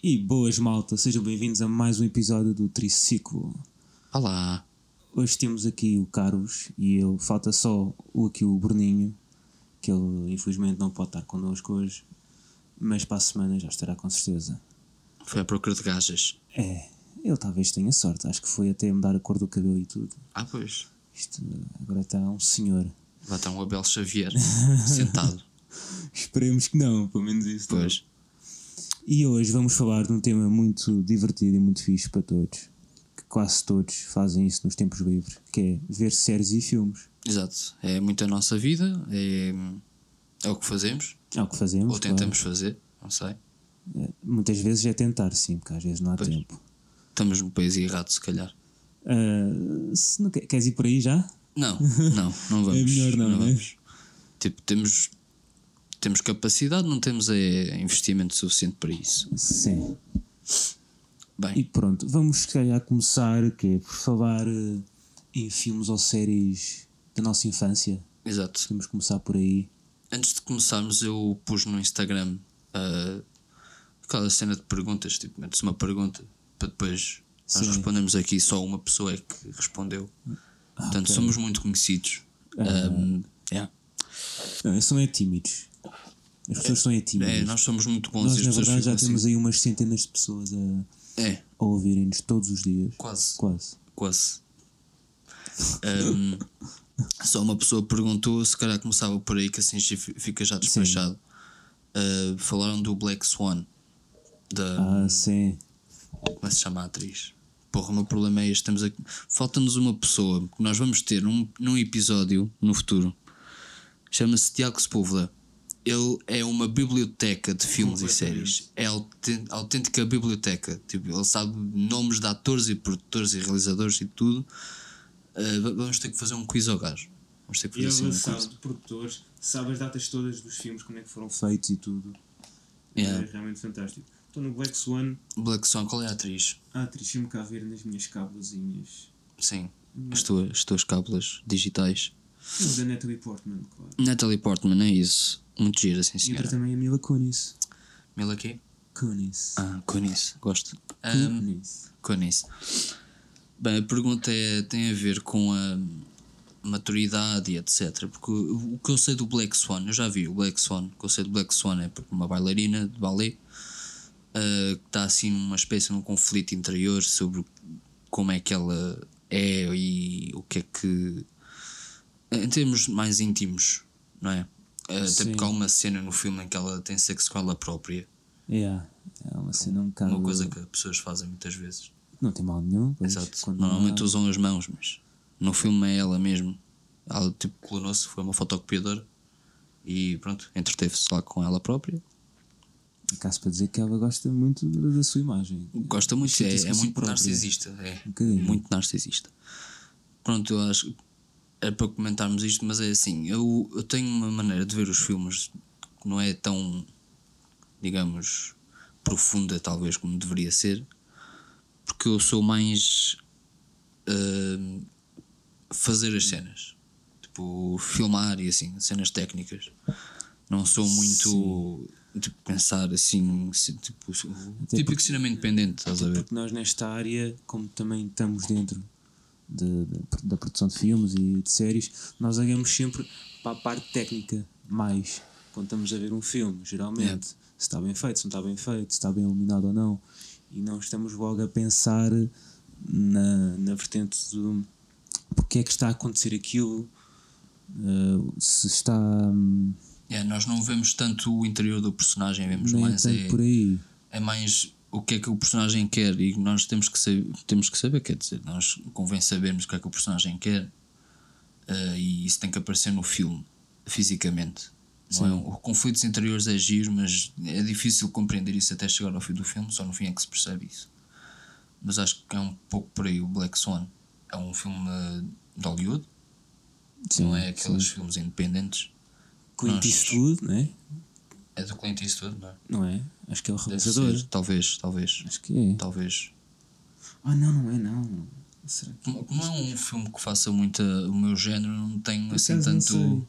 E boas malta, sejam bem-vindos a mais um episódio do Triciclo. Olá. Hoje temos aqui o Carlos e eu, falta só o, aqui o Bruninho, que ele infelizmente não pode estar connosco hoje, mas para a semana já estará com certeza. Foi à procura de gajas. É, ele talvez tenha sorte, acho que foi até mudar a cor do cabelo e tudo. Ah, pois. Isto agora está um senhor. Lá está um Abel Xavier sentado. Esperemos que não, pelo menos isso. não. Pois. E hoje vamos falar de um tema muito divertido e muito fixe para todos. Que quase todos fazem isso nos tempos livres, que é ver séries e filmes. Exato. É muito a nossa vida. É, é o que fazemos. É o que fazemos. Ou claro. tentamos fazer. Não sei. Muitas vezes é tentar, sim, porque às vezes não há Pois. tempo. Estamos no país errado, se calhar. Ah, se não que- queres ir por aí já? Não, não, não vamos. É melhor não, né? vamos. Tipo, temos, temos capacidade, não temos é, investimento suficiente para isso. Sim. E Bem, pronto, vamos se calhar começar que é, por falar eh, em filmes ou séries da nossa infância. exato. Podemos começar por aí. Antes de começarmos, eu pus no Instagram ah, aquela cena de perguntas. Tipo, metes uma pergunta para depois nós Sim. respondemos aqui. Só uma pessoa é que respondeu. Ah, Portanto, somos muito conhecidos. Ah, yeah. Não, eles são é tímidos. As pessoas são é tímidas. É, nós somos muito bons Nós, e as na pessoas verdade, já ficam temos aí umas centenas de pessoas a, assim. É, a ouvirem-nos todos os dias. quase. Quase. Quase. Ahm, só uma pessoa perguntou, se calhar começava por aí que assim já fi- fica já despachado. Ah, falaram do Black Swan. Da, Ah, sim. Como é que se chama a atriz? Porra, o meu problema é este. Temos aqui- Falta-nos uma pessoa que nós vamos ter num, num episódio no futuro. Chama-se Tiago Sepúlveda. Ele é uma biblioteca de filmes e séries. É auten- autêntica biblioteca. Tipo, ele sabe nomes de atores e produtores e realizadores e tudo. Ah, va- vamos ter que fazer um quiz ao gajo. Vamos ter que fazer assim um quiz. de produtores, sabe as datas todas dos filmes, como é que foram feitos e tudo. Yeah. realmente fantástico. Estou no Black Swan, Black Swan, qual é a atriz? a atriz me cá ver nas minhas cabulazinhas. Sim, as tuas, as tuas cábulas digitais. Da Natalie Portman, claro. Natalie Portman, é isso. Muito gira, sim E outra senhora. também é Mila Kunis. Mila aqui? Kunis. Ah, Conis, gosto. Um, Kunis. Conis. Bem, a pergunta é, tem a ver com a maturidade e etc. Porque o, o que eu sei do Black Swan, eu já vi o Black Swan, o que eu sei do Black Swan é porque uma bailarina de ballet ah, que está assim numa espécie de um conflito interior sobre como é que ela é e o que é que. em termos mais íntimos, não é? Ah, até Sim. porque há uma cena no filme em que ela tem sexo com ela própria. Yeah. É uma cena um bocado. Uma coisa que pessoas fazem muitas vezes. Não tem mal nenhum. pois, Exato. quando não há- Normalmente usam as mãos, mas no filme é ela mesmo. Ela tipo clonou-se, foi uma fotocopiadora e pronto, entreteve-se lá com ela própria. Acaso para dizer que ela gosta muito da da sua imagem. Gosta muito, é, Sente-se é com si muito assim própria. narcisista. É Um bocadinho. muito narcisista. Pronto, eu acho que é para comentarmos isto, mas é assim, eu, eu tenho uma maneira de ver os filmes que não é tão, digamos, profunda talvez como deveria ser, porque eu sou mais hum, fazer as cenas, tipo filmar e assim, cenas técnicas. Não sou muito tipo pensar assim, se- tipo, o típico cinema independente, estás a ver? Porque nós nesta área, como também estamos dentro de- de- da produção de filmes e de séries, nós olhamos sempre para a parte técnica mais. Quando estamos a ver um filme, geralmente, Yeah. se está bem feito, se não está bem feito, se está bem iluminado ou não. E não estamos logo a pensar na, na vertente do porque é que está a acontecer aquilo, eh, se está hum, É, nós não vemos tanto o interior do personagem, vemos nem mais tanto é, por aí. é mais o que é que o personagem quer e nós temos que saber, temos que saber quer dizer, nós convém sabermos o que é que o personagem quer eh, e isso tem que aparecer no filme, fisicamente. Não é? O conflitos interiores é giro, mas é difícil compreender isso até chegar ao fim do filme, só no fim é que se percebe isso. Mas acho que é um pouco por aí o Black Swan. É um filme eh, de Hollywood, Sim, não é aqueles filmes independentes. Clint nós- Eastwood, não é? É do Clint Eastwood, não é? Não é? Acho que é o Deve realizador. ser, Talvez, talvez. Acho que é. Talvez. Ah, não, não é, não. Será que- Como como é um filme que faça muito eh, o meu género, não tenho Por assim acaso não tanto.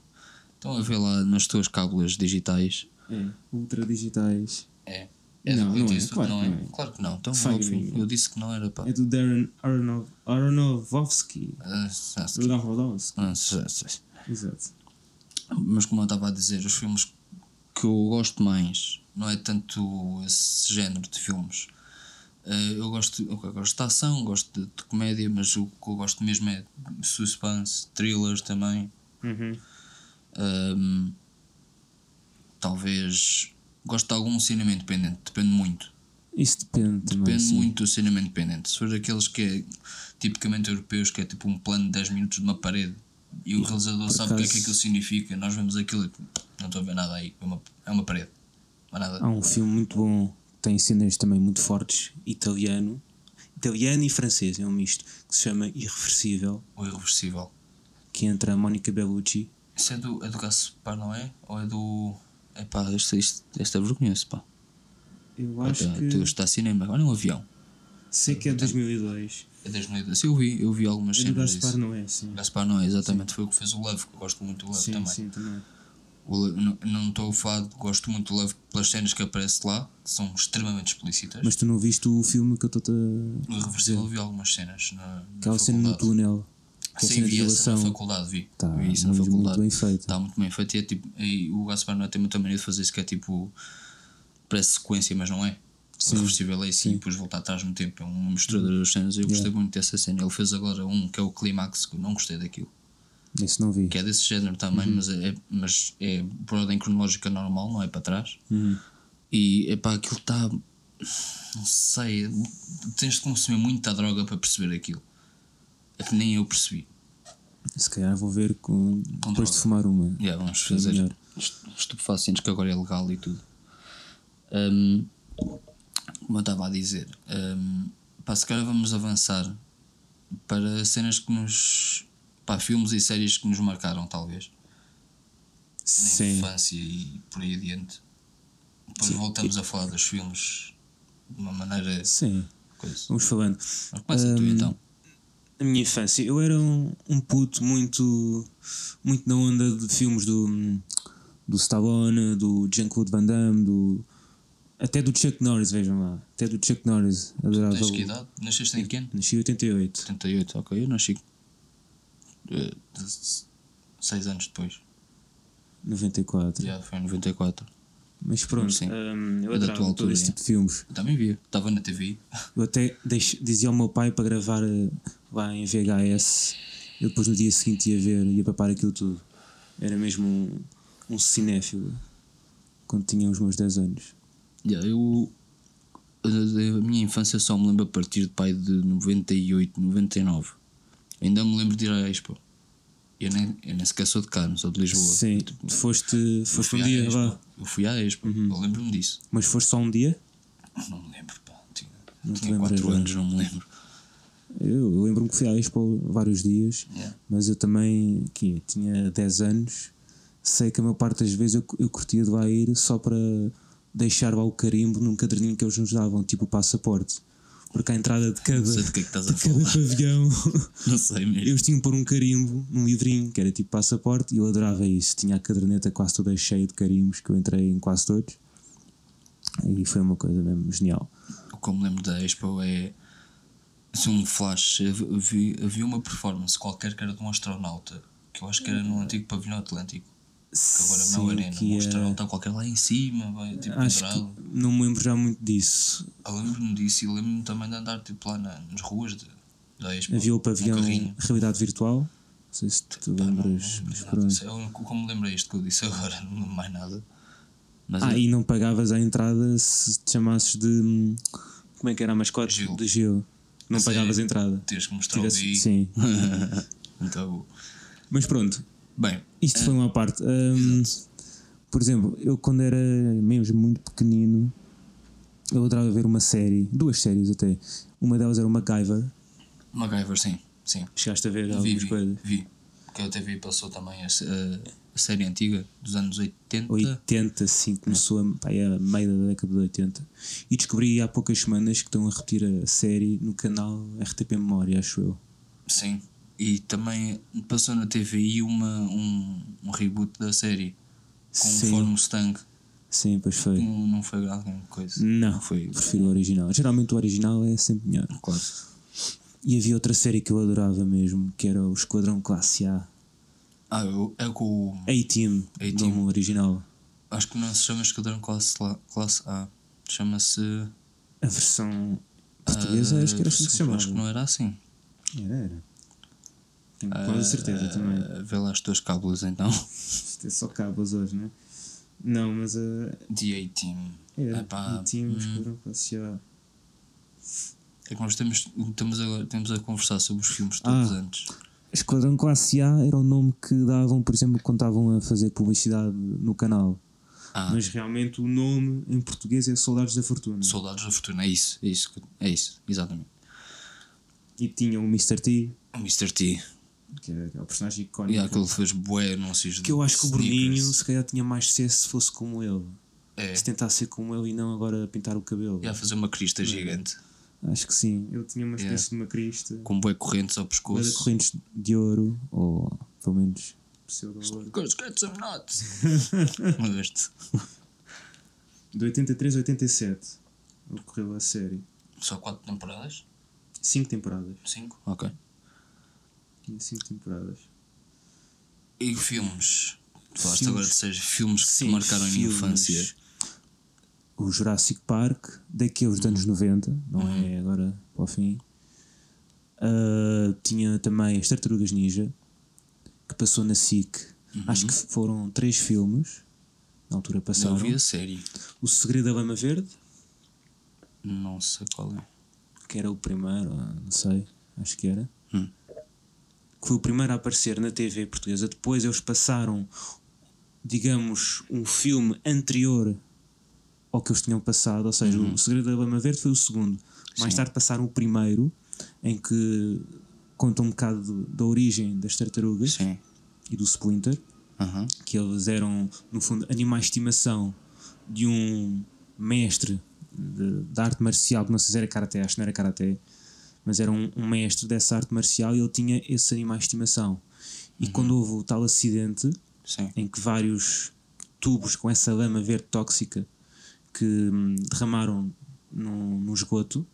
Estão a ver lá nas tuas cábulas digitais. É, ultra digitais. É. Não, eu não é, disse, claro que é. não é. Claro que não. Então, Fai ao fim, mínimo. eu disse que não era pá. É do Darren Aronov, Aronofsky. Ah, ah, Aronofsky. ah, ah, ah. Exato. Mas como eu estava a dizer, os filmes que eu gosto mais não é tanto esse género de filmes. Eh, eu, gosto, eu gosto de ação, gosto de, de comédia, mas o que eu gosto mesmo é suspense, thrillers também. Ahm, talvez. Gosto de algum cinema independente, depende muito. Isso depende também. Depende sim. muito do cinema independente. Se for daqueles que é tipicamente europeus, que é tipo um plano de 10 minutos de uma parede e o realizador sabe o que é que acaso- aquilo significa, nós vemos aquilo e tipo, não estou a ver nada aí, é uma, é uma parede. Não há nada. Há um filme muito bom, tem cenas também muito fortes, italiano. Italiano e francês, é um misto, que se chama Irreversível, O irreversível. que entra a Mónica Bellucci. Isso é do, é do Gaspar, não é? Ou é do. É pá, este, este, este é vergonhoso, pá. Eu Acho tu está a cinema, olha um avião. sei que é de 2002. É das noites. Eu vi, eu vi algumas É do cenas Gaspar disso. Noé, sim. Gaspar não, é, exatamente, foi o que fez o Love, que eu gosto muito do Love Sim, também. sim, também. O Le- não- Não estou a falar, de- gosto muito do Love pelas cenas que aparece lá, que são extremamente explícitas. Mas tu não viste o filme que eu estou-te no a Irreversível vi algumas cenas na, na Aquela cena no faculdade. túnel. Que é a Ah, Sim, cena de vi essa na violação. faculdade, vi. Tá, vi isso na mas muito faculdade. bem feito. Está muito bem feito. E, é tipo, e o Gaspar não tem muita maneira de fazer isso, que é tipo. Parece sequência, mas não é. Sim. Irreversível é assim, e depois voltar atrás no tempo. É uma misturador das cenas. Eu gostei muito dessa cena. Ele fez agora um que é o Clímax, que eu não gostei daquilo. Isso não vi. Que é desse género também, mas, é, mas é por ordem cronológica normal, não é para trás. E é pá, aquilo está. Não sei. Tens de consumir muita droga para perceber aquilo. É que nem eu percebi. Se calhar vou ver com... depois de droga. fumar uma. Yeah, vamos fazer melhor. est- estupefacientes que agora é legal e tudo. Ahm, como eu estava a dizer, um, pá, se calhar vamos avançar para cenas que nos. pá, filmes e séries que nos marcaram, talvez. Na Sim. infância e por aí adiante. Depois voltamos a falar dos filmes de uma maneira. Sim. coisa. Vamos falando. Mas começa tu Ahm, então. na minha infância, eu era um, um puto muito, muito na onda de filmes do, do Stallone, do Jean-Claude Van Damme, do, até do Chuck Norris, vejam lá. Até do Chuck Norris. Adorava. Tens que o- idade? Nasceste em que ano? Nasci em 88. 78, ok. Eu nasci. 6 anos depois. Já 94. foi em 94. Mas pronto, Sim. hum, eu É da tua adorava todo altura, esse é. tipo de filmes. Eu também via. Estava na TV. Eu até deix- dizia ao meu pai para gravar eh, lá em VHS. Eu depois no dia seguinte ia ver, ia papar aquilo tudo. Era mesmo um, um cinéfilo quando tinha os meus 10 anos. Yeah, eu. A a minha infância só me lembro a partir de pai de 98, 99. Ainda me lembro de ir à Expo. Eu nem, eu nem sequer sou de cá, não sou de Lisboa. Sim, Eu, tipo, tu foste, eu foste fui um à dia Expo. lá. Uhum. Eu fui à Expo. Eu lembro-me disso. Mas foste só um dia? Não me lembro, pá. Tinha, Não te tinha lembras, 4 não é? anos, não me lembro. Eu, eu lembro-me que fui à Expo vários dias, Yeah. mas eu também que tinha 10 anos. Sei que a maior parte das vezes eu, cu- eu curtia de lá ir só para deixar lá o carimbo num caderninho que eles nos davam, tipo o passaporte. Porque à entrada de cada, sei do que é que estás a de cada falar. pavilhão Não sei mesmo. eles tinham por um carimbo num livrinho que era tipo passaporte e eu adorava isso. Tinha a caderneta quase toda cheia de carimbos que eu entrei em quase todos. E foi uma coisa mesmo genial. O que eu me lembro da Expo é. assim, um flash. Havia, havia uma performance qualquer que era de um astronauta. Que eu acho que era num antigo pavilhão atlântico. Que agora é uma arena. que Um é- astronauta qualquer lá em cima, vai, tipo, Acho pendurado. que não me lembro já muito disso. Eu lembro-me disso e lembro-me também de andar tipo, lá na- nas ruas de, da Expo. Havia o pavilhão num carrinho. Realidade Virtual. Não sei se tu Pá, não, não lembras. lembro mas nada pronto. disso. É o único como me lembrei isto que eu disse agora, não lembro mais nada. Mas Ah, é, e não pagavas a entrada se te chamasses de. hum, Como é que era a mascote? Gil. é, tipo, De Gil. Não A sério? pagavas a entrada. tens que mostrar o Tivesse... BI. Sim. Então, bom. Mas pronto, bem, isto foi uma parte. Hum, por exemplo, eu quando era mesmo muito pequenino, eu adorava ver uma série, duas séries até. Uma delas era o MacGyver. MacGyver, sim, sim. Chegaste a ver Vi, algumas vi, coisas. vi. Porque a TV passou também a, se- a- a série antiga dos anos 80. 80, sim, começou a, pá, é a meio da década de 80. E descobri há poucas semanas que estão a repetir a série no canal RTP Memória, acho eu. Sim. E também passou na TVI uma, um, um reboot da série com Sim. um Ford Mustang. Sim, pois foi. Não, não foi grande coisa. Não, Hum. Foi. prefiro o original. Geralmente o original é sempre melhor. Claro. E havia outra série que eu adorava mesmo, que era o Esquadrão Classe A. Ah, eu, é com o. A-Team, A-Team. nome original. Acho que não se chama Esquadrão Classe, La- classe A. Chama-se. A versão ah, portuguesa acho que era assim que se chamava. Acho que não era assim. Era, era. Tenho quase certeza também. Ah, vê lá as tuas cábulas então. Isto é só cabos hoje, não é? Não, mas a. The A-Team. Era É, Epá, A-Team, hum. Esquadrão Classe A. É que nós temos, temos, agora, temos a conversar sobre os filmes todos Ah. antes. Esquadrão Classe A era o nome que davam, por exemplo, quando estavam a fazer publicidade no canal. Ah, Mas realmente o nome em português é Soldados da Fortuna. Soldados da Fortuna, é isso, é isso, que- é isso, exatamente. E tinha o Mr. T, O Mr. T, que é o personagem e icónico. há aquele que fez bué anúncios Que eu acho que o Bruninho Bruninho se calhar tinha mais sucesso se fosse como ele. É, Se tentasse ser como ele e não agora pintar o cabelo. e há a fazer uma crista gigante, Acho que sim. Ele tinha uma espécie Yeah. de uma crista. com bué correntes ao Uma de pescoço. correntes de ouro, ou pelo menos pseudo ouro. Because cats are not. Não gosto. De 83 a 87 ocorreu a série. Só quatro temporadas? Cinco temporadas. Cinco? Ok. Tinha cinco temporadas. E filmes? Tu falaste Filmes. agora de seis filmes que te marcaram a minha filmes. infância. O Jurassic Park, daqui aos Uhum. anos 90, não é agora para o fim. Ah, tinha também as Tartarugas Ninja, que passou na SIC. Acho que foram três filmes. Na altura Uhum. Não passaram. vi a série. O Segredo da Lama Verde, Não sei qual é. que era o primeiro, ah, não sei, acho que era. Hum. Que foi o primeiro a aparecer na TV portuguesa. Depois eles passaram, digamos, um filme anterior ao que eles tinham passado. Ou seja, Uhum. o Segredo da Lama Verde foi o segundo. Mais tarde passaram o primeiro, em que conta um bocado do- da origem das tartarugas Sim. e do Splinter, Aham. que eles eram, no fundo, animais de estimação de um mestre de, de arte marcial, que não sei se era karaté, acho que não era karaté, mas era um, um mestre dessa arte marcial e ele tinha esses animais de estimação. E quando houve o tal acidente, Sim. em que vários tubos com essa lama verde tóxica que hum, derramaram num, num esgoto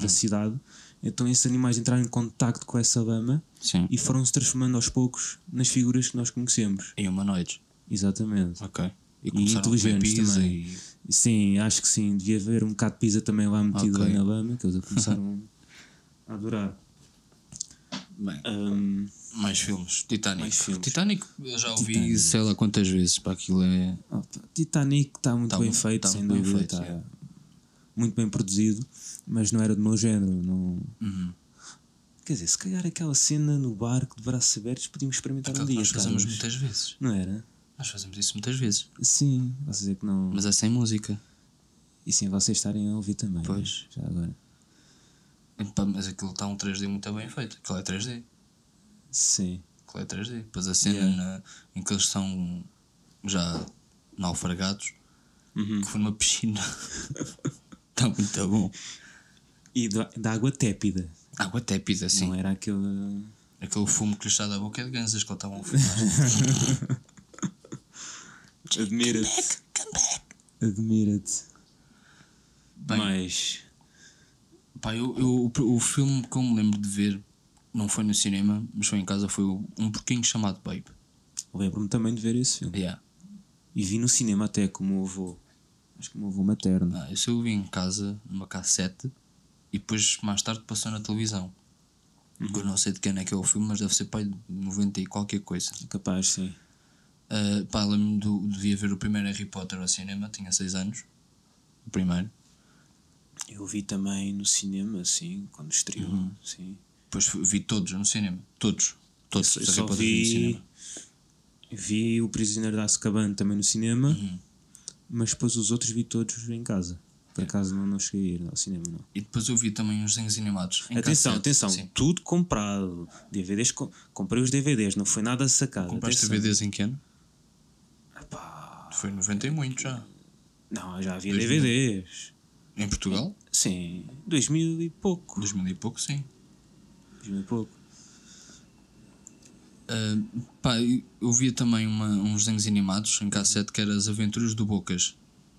da cidade, então esses animais entraram em contacto com essa lama Sim. e foram se transformando aos poucos nas figuras que nós conhecemos. E é humanoides. Exatamente. Ok. E inteligentes também. e- Sim, acho que sim. Devia haver um bocado de pizza também lá metido Ok. lá na lama, que eles começaram a adorar. Bem, Hum, Ah, mais filmes. Titanic. Mais filmes. Titanic eu já ouvi Titanic. sei lá quantas vezes. Para aquilo é. opa, Titanic está muito Tá bem muito- feito, tá sem muito bem dúvida. feito, tá yeah. Muito bem produzido, mas não era do meu género. Não... Uhum. Quer dizer, se calhar aquela cena no barco de braços abertos podíamos experimentar Aquilo um que dia. nós fazemos Carlos. muitas vezes. Não era? Nós fazemos isso muitas vezes. Sim, posso dizer que não. Mas é sem música. E sem vocês estarem a ouvir também. Pois. né? Já agora. Epá, Mas aquilo está um 3D muito bem feito. Aquilo é 3D. Sim. Aquilo é 3D. Depois a cena Yeah. na- em que eles são já naufragados. Que foi numa piscina. Está muito bom. E da da água tépida. Água tépida, assim. Não é? era aquele. Aquele fumo que lhe está da boca é de ganzas que ele estavam a fumar. Admira-te. Admira-te. Bem, Mas. é? Pá, eu, eu- o, o filme que eu me lembro de ver não foi no cinema, mas foi em casa, foi o- um porquinho chamado Babe. Lembro-me também de ver esse filme. Yeah. E vi no cinema até com o meu avô. Acho que o meu avô materno. Ah, isso eu vi em casa, numa cassete, e depois mais tarde passou na televisão. Uhum. Que Eu não sei de quem é que é o filme, mas deve ser pai de 90 e qualquer coisa. Capaz, sim. Ah, pá, lembro-me do, devia ver o primeiro Harry Potter ao cinema, tinha 6 anos. O primeiro. Eu vi também no cinema, assim, quando estreou. Uhum. Sim. Depois fui- vi todos no cinema. Todos. Todos. Eu os só Harry Potter vi no vi. cinema. Vi o Prisioneiro de Azkaban também no cinema. Uhum. Mas depois os outros vi todos em casa. É. Por acaso não, não cheguei a ir ao cinema, não. E depois eu vi também uns desenhos animados. em Atenção, cassete, atenção, Sim. tudo comprado. DVDs, com- comprei os DVDs, não foi nada sacado. Compraste atenção. DVDs em que ano? Epá, Ah, Foi em 90 e muito já. não, já havia 2000. DVDs. Em É. Portugal? Sim, 2000 e pouco. 2000 e pouco, sim. 2000 e pouco. Uh, pá, eu via também uma, uns desenhos animados em cassete que era As Aventuras do Bocas.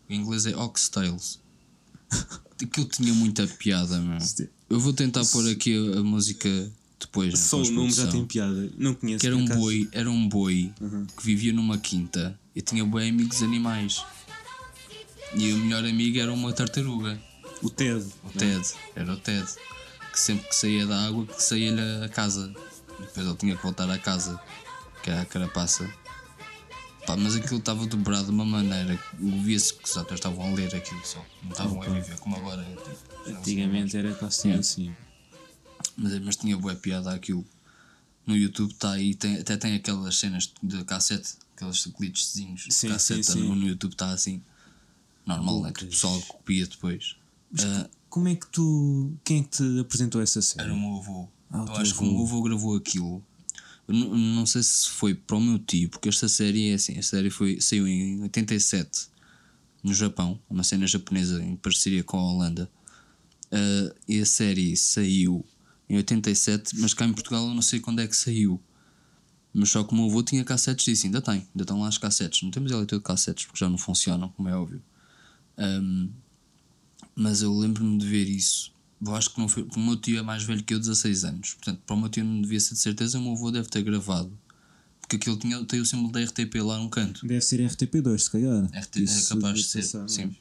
Em inglês é Oxtails. Aquilo tinha muita piada, meu. Eu vou tentar pôr aqui a, a música depois. na Só o nome já pós-produção. tem piada. Não conheço. Que era por um acaso. boi, era um boi que vivia numa quinta e tinha boi amigos animais. E o melhor amigo era uma tartaruga, O Ted. o Ted, era o Ted, que sempre que saía da água que saía-lhe a casa. E Depois ele tinha que voltar à casa, que era a carapaça. Pá, mas aquilo estava dobrado de uma maneira que via-se que os atores estavam a ler aquilo só, não estavam a viver como agora. é, tipo, não sei. Antigamente era quase tudo assim. Mas, mas tinha boa piada aquilo. No YouTube está aí, tem- até tem aquelas cenas de cassete, aqueles glitchzinhos de Sim, cassete, sim, sim. no YouTube está assim. Normal, né? Que o pessoal copia depois. Ah, Como é que tu. Quem é que te apresentou essa era um- série? o meu avô. Ah, o Eu teu acho que o meu avô gravou aquilo. Eu n- não sei se foi para o meu tio, porque esta série é assim, a série foi, saiu em 87 no Japão, uma cena japonesa em parceria com a Holanda. Ah, e a série saiu em 87, mas cá em Portugal eu não sei quando é que saiu. Mas só que o meu avô tinha cassetes disso, ainda tem, ainda estão lá as cassetes. Não temos eleitor de cassetes porque já não funcionam, como é óbvio. Ahm, mas eu lembro-me de ver isso. Eu acho que não foi. porque O meu tio é mais velho que eu, 16 anos. Portanto, para o meu tio não devia ser de certeza, o meu avô deve ter gravado. Porque aquilo tinha, tem o símbolo da RTP lá num canto. Deve ser RTP2, se calhar. RTP é Isso capaz de deve ser, passar, sim. mas-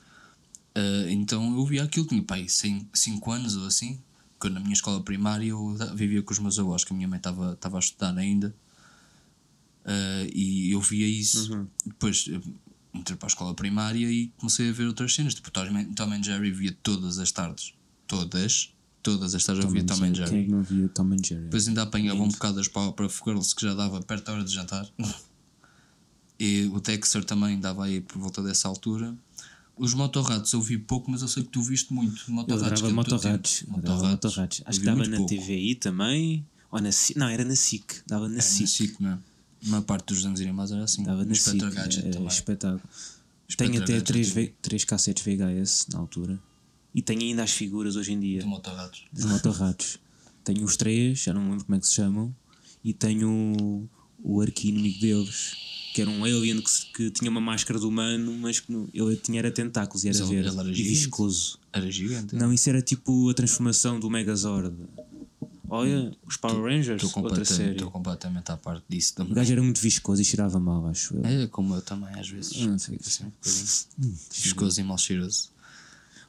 Ah, então eu via aquilo, tinha pai 5 anos ou assim, quando na minha escola primária eu da- vivia com os meus avós, que a minha mãe estava estava a estudar ainda, Ah, e eu via isso. Depois eu entrei para a escola primária e comecei a ver outras cenas, tipo Tom and- Tom and Jerry via todas as tardes, todas, todas as tardes eu via Tom and Jerry. Quem é que não via Tom and Jerry? Depois ainda apanhava um bocado das pau para Girls que já dava perto da hora de jantar. e o Dexter também dava aí por volta dessa altura. Os motorratos eu vi pouco, mas eu sei que tu viste muito. Eu adorava Motorratos, que é do teu Motorrads. tempo. Adorava Motorrads. Acho eu que vi dava muito na pouco. TVI também. Ou na SIC. Não, era na SIC. Dava na Era na SIC. SIC, mesmo. é? A maior parte dos desenhos animados era assim. Dava O na é, SIC. Inspector Gadget Era também. espetáculo. Inspector eh, Tenho até Gadget três, eu ve- três cassetes VHS na altura. E tenho ainda as figuras hoje em dia vi. Motorratos. dos motorratos. Tenho os três, já não me lembro como é que se chamam. E tenho o, o arqui-inimigo deles, que era um alien que, se- que tinha uma máscara de humano, mas que não- ele tinha era tentáculos e era Mas ele- verde ele era e gigante. um- viscoso. Era gigante. Não, isso era tipo a transformação do Megazord. Olha, os Power Rangers, Estou outra completamente, série. estou completamente à parte disso O também. gajo era muito viscoso e cheirava mal, acho eu. É como eu também, às vezes. Não sei. é Assim, um bocadinho. Viscoso e mal cheiroso.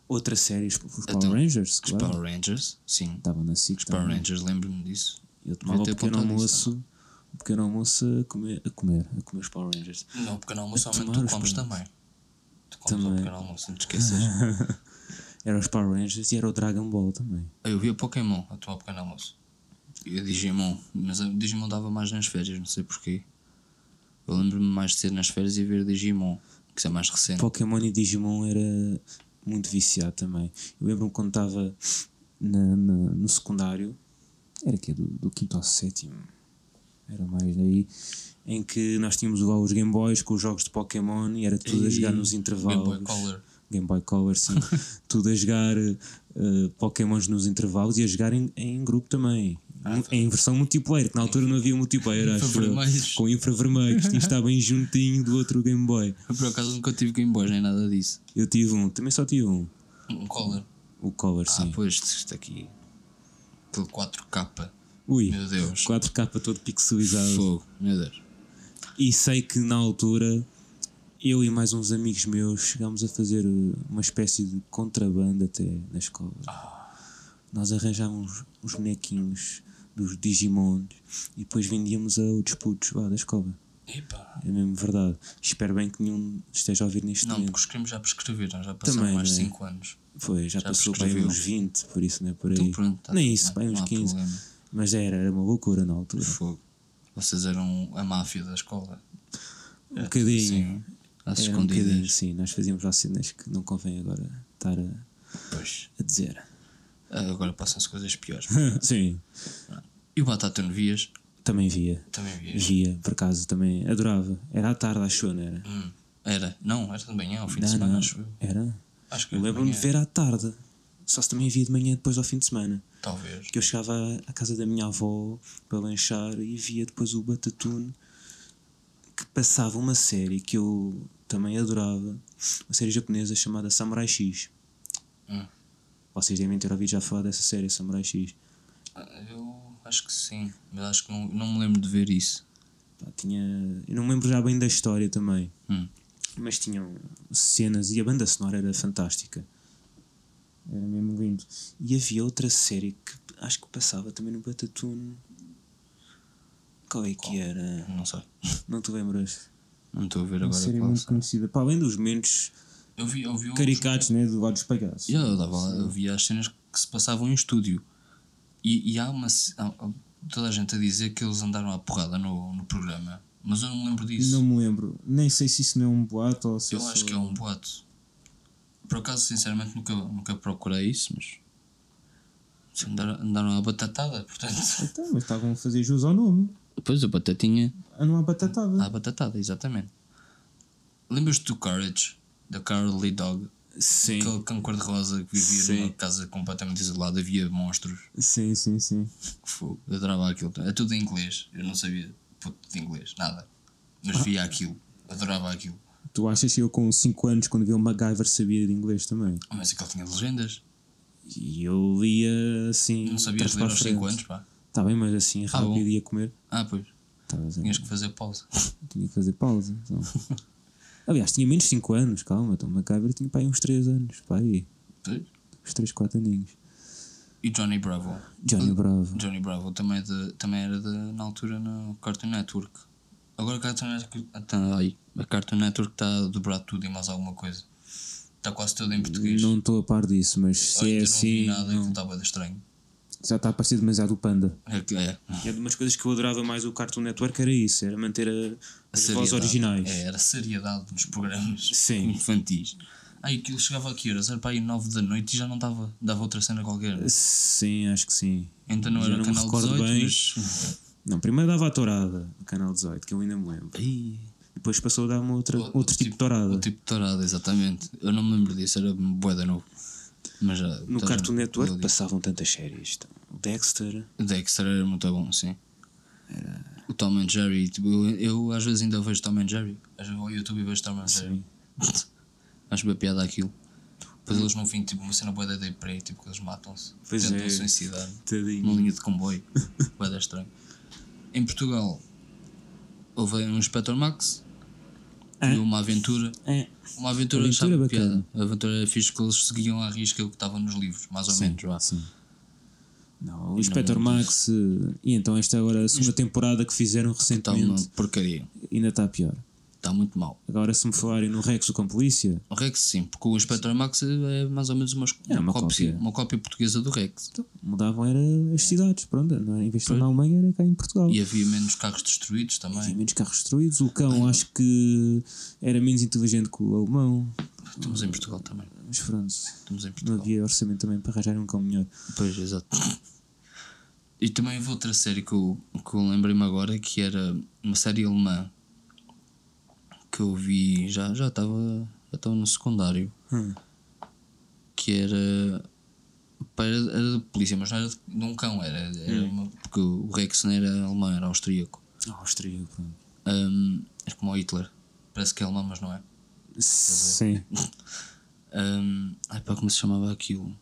Outra série, os, os Power Então, Rangers, Os claro. Tá, Power Rangers, sim. Estavam na SIC Os Power também. Rangers, lembro-me disso. Eu tomava um ter pequeno apontado isso, almoço, um pequeno almoço a comer, a comer, a comer os Power Rangers. Não, porque não almoço, Tomar somente tu os comes pães. também. Tu comes ao Também. pequeno almoço, não te esqueças. Era os Power Rangers e era o Dragon Ball também. Eu via Pokémon a tomar pequeno almoço. E a Digimon, mas a Digimon dava mais nas férias, não sei porquê. Eu lembro-me mais de ser nas férias e ver Digimon, que é mais recente. Pokémon e Digimon era muito viciado também. Eu lembro-me quando estava na- na- no secundário, era que é do, do quinto ao sétimo, era mais daí, em que nós tínhamos lá os Game Boys com os jogos de Pokémon e era tudo a jogar nos E intervalos. Game Boy Color. Game Boy Color, sim. tudo a jogar eh, Pokémons nos intervalos e a jogar em, em grupo também. Ah, Mu- em versão multiplayer, que na altura não havia multiplayer, acho eu. tá. Infravermelhos. Com infravermelhos, e estava bem juntinho do outro Game Boy. Eu por acaso nunca tive Game Boys nem nada disso. Eu tive um, também só tive um. Um Color. O Color, Ah, sim. pois, isto aqui. Aquele 4K. Ui, Meu Deus. 4K todo pixelizado. Fogo, meu Deus. E sei que na altura eu e mais uns amigos meus chegámos a fazer uh, uma espécie de contrabando até na escola. Ah. Nós arranjámos os bonequinhos dos Digimons e depois vendíamos a outros putos lá da escola. Epa. É mesmo verdade. Espero bem que nenhum esteja a ouvir neste Não, momento. porque os crimes já prescreveram, já passaram Também, mais de né? 5 anos. Foi, já, passou para aí prescreveu. uns 20, por isso não é por aí. Então pronto, tá Nem tudo isso, bem, bem uns não há 15. problema. Mas era, era uma loucura na altura. Fogo. Vocês eram a máfia da escola. Um bocadinho. Sim. Às Era um bocadinho, escondidas. sim. Nós fazíamos lá cenas que não convém agora estar a, Pois. a dizer. Ah, Agora passam-se coisas piores. sim. e o Batata no Vias? Também via. Também vias. Via, por acaso, também. Adorava. Era à tarde, acho eu, não era? Hum. Era? Não, era de manhã, ao fim de Não, semana, não. acho eu. Era? Acho que Eu era de lembro-me de manhã. ver à tarde. Só se também via de manhã depois ao fim de semana. é. Talvez. Que eu chegava à casa da minha avó para lanchar e via depois o Batatune que passava uma série que eu também adorava, uma série japonesa chamada Samurai X. Hum. Vocês devem ter ouvido já falar dessa série, Samurai X. Ah, Eu acho que sim, mas acho que não, não me lembro de ver isso. Pá, tinha. Eu não me lembro já bem da história também. Hum. Mas tinham cenas e a banda sonora era fantástica. Era mesmo lindo. E havia outra série que acho que passava também no Batatune. Qual é que era? Não sei. Não te lembras? Não estou a ver Uma agora série qual muito sei. conhecida. Para além dos momentos Eu vi, eu vi o- caricatos, né? Do lado dos palhaços. Já, eu, dava, eu via as cenas que se passavam em estúdio. E, e há uma. ce- há- há toda a gente a dizer que eles andaram à porrada no, no programa. Mas eu não me lembro disso. Não me lembro. Nem sei se isso não é um boato ou se eu isso- acho que é um boato. Por acaso, sinceramente, nunca, nunca procurei isso, mas. se Andaram, andaram à batatada, portanto. Então, mas estavam a fazer jus ao nome. Pois, a batatinha. Não há batatada. À batatada, exatamente. Lembras-te do Courage? Da Carly Dog? sim. Aquele cão cor-de-rosa que vivia Sim. numa casa completamente isolada, havia monstros. Sim, sim, sim. Fogo, eu adorava aquilo. É tudo em inglês. Eu não sabia puto de inglês, nada. Ah. Mas via aquilo. Adorava aquilo. Tu achas que eu com 5 anos, quando vi o MacGyver, sabia de inglês também? Oh, Mas aquilo tinha legendas. E eu lia assim. Não sabias trás ler para a aos 5 frente. anos, pá. Tá bem, mas assim, rápido bom. ia comer. Ah, pois. Tava a dizer, Tinhas que fazer pausa. Tinha que fazer pausa. então. Aliás, tinha menos 5 anos, calma. Então, o MacGyver tinha pá, aí uns 3 anos. Pá, aí, Pois. uns 3, 4 aninhos. E Johnny Bravo. Hum. Johnny Bravo. Johnny Bravo também, é de- também era de- na altura no Cartoon Network. Agora a Cartoon Network está aí. A Cartoon Network está a dobrar tudo e mais alguma coisa. Está quase tudo em português. Não estou a par disso, mas Eu se ainda é não assim. vi nada não. e estava de estranho. Já está a parecer demasiado o Panda. É, que- é. É de umas coisas que eu adorava mais do Cartoon Network era isso, era manter a- A as seriedade. vozes originais. É, era seriedade nos programas Sim. infantis. Aí aquilo chegava aqui, era para aí 9 da noite e já não dava, dava outra cena qualquer. Sim, acho que sim. Então não já era não me canal recordo 18, bem. mas. Não, primeiro dava a tourada, no Canal 18, que eu ainda me lembro. Ai, Depois passou a dar uma outra, o- o outro tipo, de tourada. O tipo de torada, exatamente. Eu não me lembro disso, era bué da novo. Mas já. no toda a Cartoon gente Network falou disso. passavam tantas séries. então, o Dexter, O Dexter era muito bom, sim. O Tom and Jerry, tipo, eu, eu às vezes ainda vejo Tom and Jerry. Às vezes vou ao YouTube e vejo Tom and Jerry. Acho bem piada aquilo. Depois eles no fim, tipo, uma cena boa da Day Prey, tipo, que eles matam-se. Pois Tentam é. suicidar. Numa tadinho. linha de comboio. Vai dar estranho. Em Portugal, houve um Inspector Max Ah. e uma aventura. É, Uma aventura, Aventura achava bacana. piada. A aventura é fixe que eles seguiam à risca o que estava nos livros, mais ou menos. vá. Ah, sim. Não, o Inspector Max eh, e então esta agora a segunda temporada que fizeram Está Tá uma recentemente porcaria. ainda está pior. Está muito mal. Agora se me falarem no Rex com polícia, O Rex sim, porque o Inspector Max é mais ou menos uma, É, uma cópia. uma cópia portuguesa do Rex. mudavam era as cidades, pronto, não era, em vez de estar na Alemanha era é cá em Portugal. E é havia menos carros destruídos Havia também. menos carros destruídos, o cão acho que era menos inteligente que o alemão, Estamos em Portugal também. mas pronto, Estamos em não Portugal. havia orçamento também para arranjar um cão melhor. Pois, exato. E também houve outra série que eu, que eu lembrei-me agora que era uma série alemã que eu vi já já estava já estava no secundário Hum. que era pá, era, era de polícia mas não era de, de um cão era, era uma- porque o Rex não era alemão era austríaco Áustria, Ah, pronto. Hum, é como o Hitler parece que é alemão mas não é Sim. Hum, ai pá, como se chamava aquilo?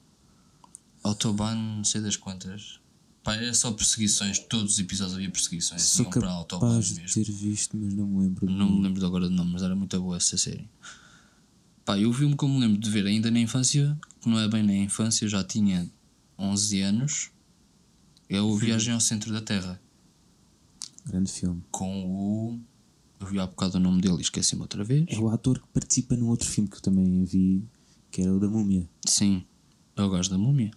Autobahn, não sei das quantas. Pá, era só perseguições, todos os episódios havia perseguições. Sou iam para a Autobahn capaz de mesmo. ter visto, mas não me lembro. Não me lembro agora do nome, mas era muito boa essa série. Pá, eu vi-me como me lembro de ver ainda na infância, que não é bem na infância, já tinha 11 anos. É o Viagem ao Centro da Terra, Grande filme. com o. Eu vi há bocado o nome dele e esqueci-me outra vez. É o ator que participa num outro filme que eu também vi, que era o da Múmia. Sim, é o gajo da múmia.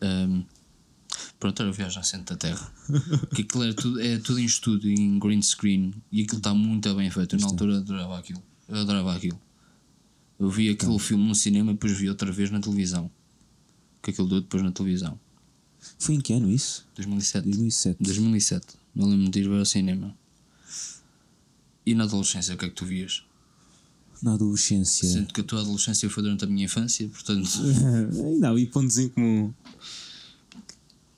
Ahm, pronto, era o Viagem ao Centro da Terra. que aquilo era tudo, é tudo em estúdio, em green screen. E aquilo está muito bem feito. Eu, Na altura adorava aquilo. Eu adorava aquilo. Eu vi aquele filme no cinema e depois vi outra vez na televisão. Que aquilo deu depois na televisão. Foi em que ano isso? 2007. 2007. 2007. Não lembro de ir ver ao cinema. E na adolescência, o que é que tu vias? na adolescência. Sinto que a tua adolescência foi durante a minha infância, portanto. É. Ainda e pontos em comum.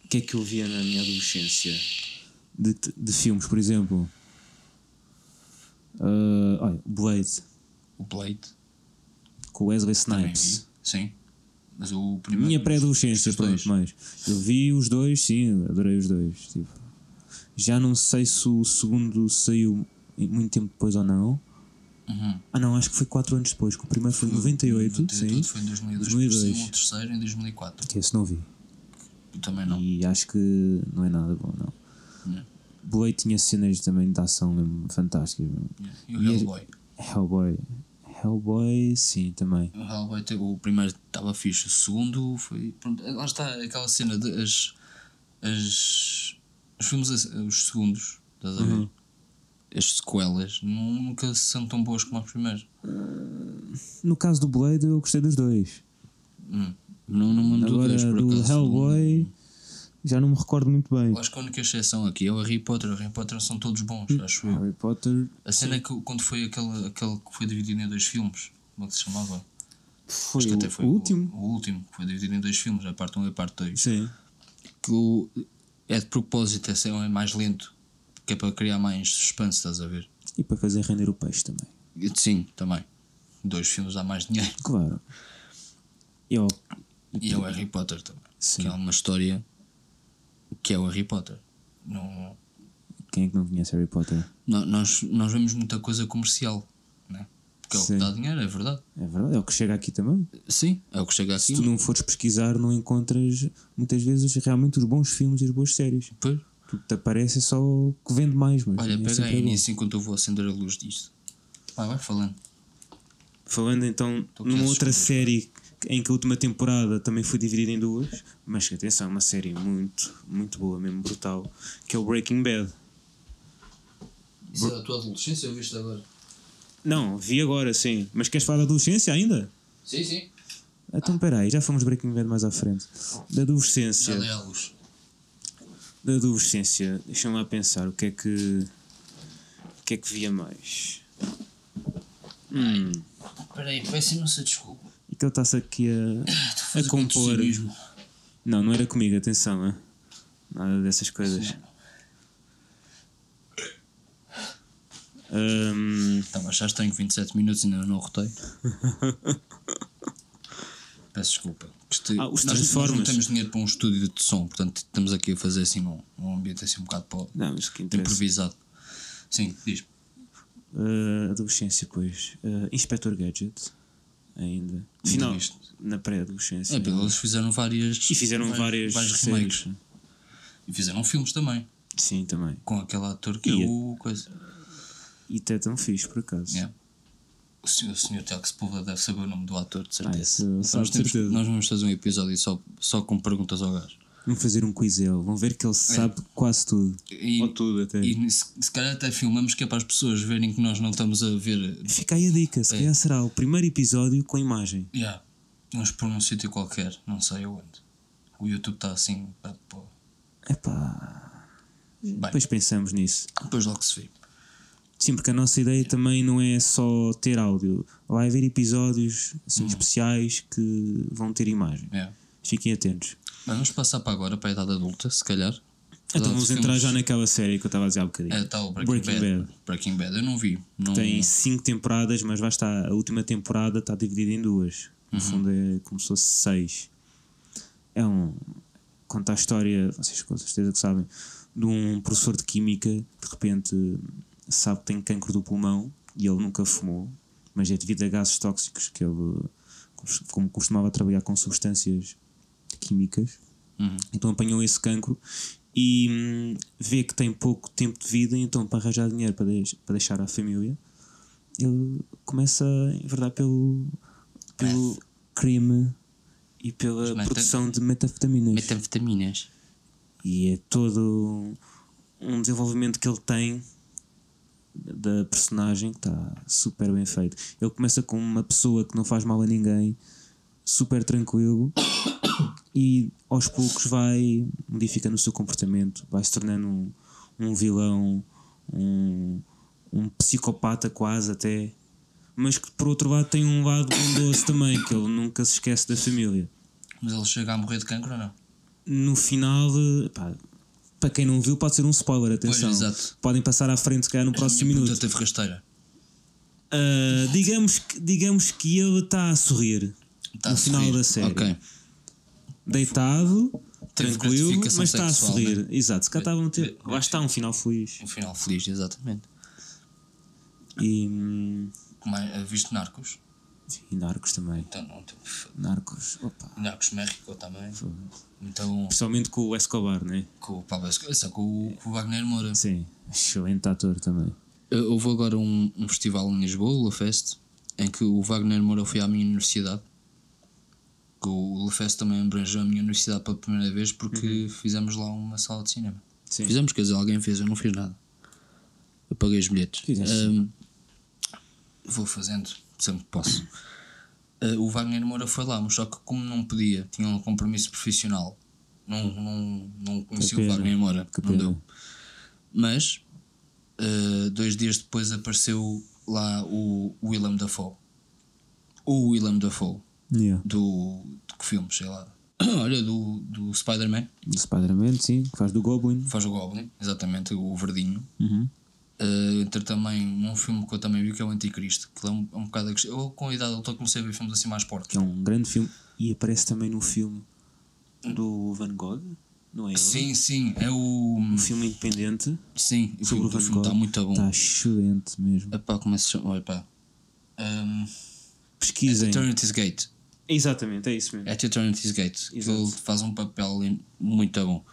O que é que eu via na minha adolescência? De, de filmes, por exemplo. Ah, olha, Blade, O Blade. com Wesley também Snipes. vi, Sim. Mas o primeiro. Uhum. Minha pré-adolescência, os dois. pronto, mas eu vi os dois, sim, adorei os dois. Tipo. Já não sei se o segundo saiu em- muito tempo depois ou não. Uhum. Ah, não, acho que foi 4 anos depois, que o primeiro foi em 98, O sim, Tudo foi em 2002. 2002. sim, O terceiro em 2004. que esse não vi. Eu também não. E acho que não é nada bom, não. Não. Blade tinha cenas também de ação mesmo fantásticas. mesmo. E o E- é- Hellboy. Hellboy. Hellboy, sim, também. O Hellboy, te- o primeiro estava fixe, o segundo foi. Pronto, lá está aquela cena de as. as os filmes, a- os segundos, estás a ver? Uhum. As sequelas nu- nunca são tão boas como as primeiras. No caso do Blade, eu gostei dos dois. Hum. Não, não me lembro do Agora, dois, por do acaso. Hellboy, já não me recordo muito bem. Eu Acho que a única exceção aqui é o Harry Potter. O Harry Potter são todos bons, Hum. acho eu. Harry Potter, A cena é que quando foi aquele, aquele que foi dividido em dois filmes, como é que se chamava? Foi, Acho que o, o último. O, último, que foi dividido em dois filmes, a parte 1 e a parte 2. Sim. que o- é de propósito, esse é um é mais lento, que é para criar mais suspense, estás a ver? E para fazer render o peixe também. E- Sim, também. Dois filmes dá mais dinheiro. Claro. Eu, E é o Harry Potter também. Sim. Que é uma história que é o Harry Potter. Não, quem é que não conhece Harry Potter? não- nós, nós vemos muita coisa comercial, né? Porque é o que Sim. dá dinheiro, é verdade. É verdade, é o que chega aqui também. Sim, é o que chega Se aqui. tu não fores pesquisar, não encontras muitas vezes realmente os bons filmes e as boas séries. Pois, Tu te aparece é só o que vende mais, mas olha, é pega sempre aí bom. nisso enquanto eu vou acender a luz disto. Vai, vai falando. Falando então Estou numa quase outra escuro. série em que a última temporada também foi dividida em duas, mas que atenção, é uma série muito, muito boa, mesmo brutal, que é o Breaking Bad. Isso é a tua adolescência, eu viste agora? Não, vi agora sim, mas queres falar da adolescência ainda? Sim, sim. Então peraí, já fomos Breaking Bad mais à frente. Da Já adolescência. dei é à luz. Da adolescência, deixa-me lá pensar o que é que. O que é que via mais? Hum. Peraí, peço-me desculpa. E que ele está-se aqui Ah, a, a compor. Não, não era comigo, atenção, é? Nada dessas coisas. Hum, Estava a achar estranho que 27 minutos e ainda não rotei. Peço desculpa. Isto- Ah, os nós, nós não Transformers. temos dinheiro para um estúdio de som, portanto estamos aqui a fazer assim num, num ambiente assim um bocado pó- não, mas que interessa. improvisado. Sim, diz. Ah, adolescência, pois. Ah, Inspector Gadget, ainda. Final, viste. na pré-adolescência. É, pá, eles fizeram várias. E fizeram várias, vários séries. remakes. E fizeram filmes também. Sim, também. Com aquele ator que E é a- o. Coisa. E até tão fixe, por acaso. É. O senhor, o senhor Telx Pula deve saber o nome do ator, de certeza. Ah, isso eu sei nós, de temos- certeza. nós vamos fazer um episódio só, só com perguntas ao gajo. Vamos fazer um quiz a ele. Vão ver que ele sabe quase tudo. É. E, Ou tudo até. e se, se calhar até filmamos que é para as pessoas verem que nós não estamos a ver. Fica aí a dica. É. Se calhar será o primeiro episódio com imagem. Yeah, vamos pôr num sítio qualquer, não sei aonde. O YouTube está assim. pá, pô. Epá. Depois pensamos nisso. Depois logo se vê. Sim, porque a nossa ideia também não é só ter áudio. Vai haver episódios assim, Uhum. especiais que vão ter imagem. Yeah. Fiquem atentos. Vamos passar para agora, para a idade adulta, se calhar. Então Idade vamos de entrar filmes. já naquela série que eu estava a dizer há bocadinho. É, tá, o Breaking, Breaking Bad. Breaking Bad, eu não vi. Não, é. Tem cinco temporadas, mas vai estar. A última temporada está dividida em duas. No fundo é como se fosse seis. É um. Conta a história, vocês com certeza que sabem, de um professor de química que de repente sabe que tem cancro do pulmão e ele nunca fumou, mas é devido a gases tóxicos que ele, cos- como costumava trabalhar com substâncias químicas, Uhum. então apanhou esse cancro e hum, vê que tem pouco tempo de vida, então para arranjar dinheiro para, deix- para deixar a família, ele começa a enverdar pelo, pelo crime e pela meta- produção de metafetaminas. Metanfetaminas. e é todo um desenvolvimento que ele tem da personagem que está super bem feito. Ele começa com uma pessoa que não faz mal a ninguém, super tranquilo, e aos poucos vai modificando o seu comportamento, vai se tornando um, um vilão, um, um psicopata quase até, mas que por outro lado tem um lado bondoso também, que ele nunca se esquece da família. Mas ele chega a morrer de cancro ou não? No final, eh, pá, para quem não viu, pode ser um spoiler, atenção. exato. É Podem passar à frente, se calhar, no próximo Minha puta minuto. teve rasteira. Ah, digamos, que, digamos que ele está a sorrir Tá no a final sorrir. da série. Ok. Deitado, Teve tranquilo, gratificação mas está a sexual, né? sorrir. Exato, se calhar estavam a ter. Vê- vê- Lá está um final feliz. Um final feliz, exatamente. E, hum, Como é, viste Narcos? e Narcos também. Então, não, tipo, f- Narcos, opa. Narcos México também. Então, Principalmente com o Escobar, né? com o Pablo Escobar, só com o, com o Wagner Moura. Sim, excelente ator também. Uh, Houve agora um, um festival em Lisboa, o Lafest, em que o Wagner Moura foi à minha universidade. Que o Lafest também abrangeu a minha universidade pela primeira vez porque fizemos lá uma sala de cinema. Sim. Fizemos, quer dizer, alguém fez, eu não fiz nada. Eu paguei os bilhetes. Fizeste. Ahm, vou fazendo, sempre que posso. Ah, o Wagner Moura foi lá, mas só que como não podia, tinha um compromisso profissional, não, não, não conheci Que o pena. Wagner Moura, Que não pena. deu. Mas ah, dois dias depois apareceu lá o Willem Dafoe. O Willem Dafoe Yeah. do, do que filme, sei lá. Olha, do, do Spider-Man, Do Spider-Man, sim, que faz do Goblin. faz o Goblin, exatamente, o verdinho. Uhum. Uh, entra também num filme que eu também vi que é o Anticristo, que é um, é um bocado. agressivo. Eu, com a idade adulta, comecei a ver filmes assim mais Que fortes. é um grande filme. E aparece também no filme do Van Gogh, não é? ele? Sim, sim, é o. Um filme independente Sim, o sobre filme o Tá. do Van filme Gogh. está muito bom. Está excelente mesmo. Epá, como é que se chama? Epá. Um, Pesquisem. Eternity's Gate. Exatamente, é isso mesmo. At Eternity's Gate. Que Exato. ele faz um papel in- muito bom.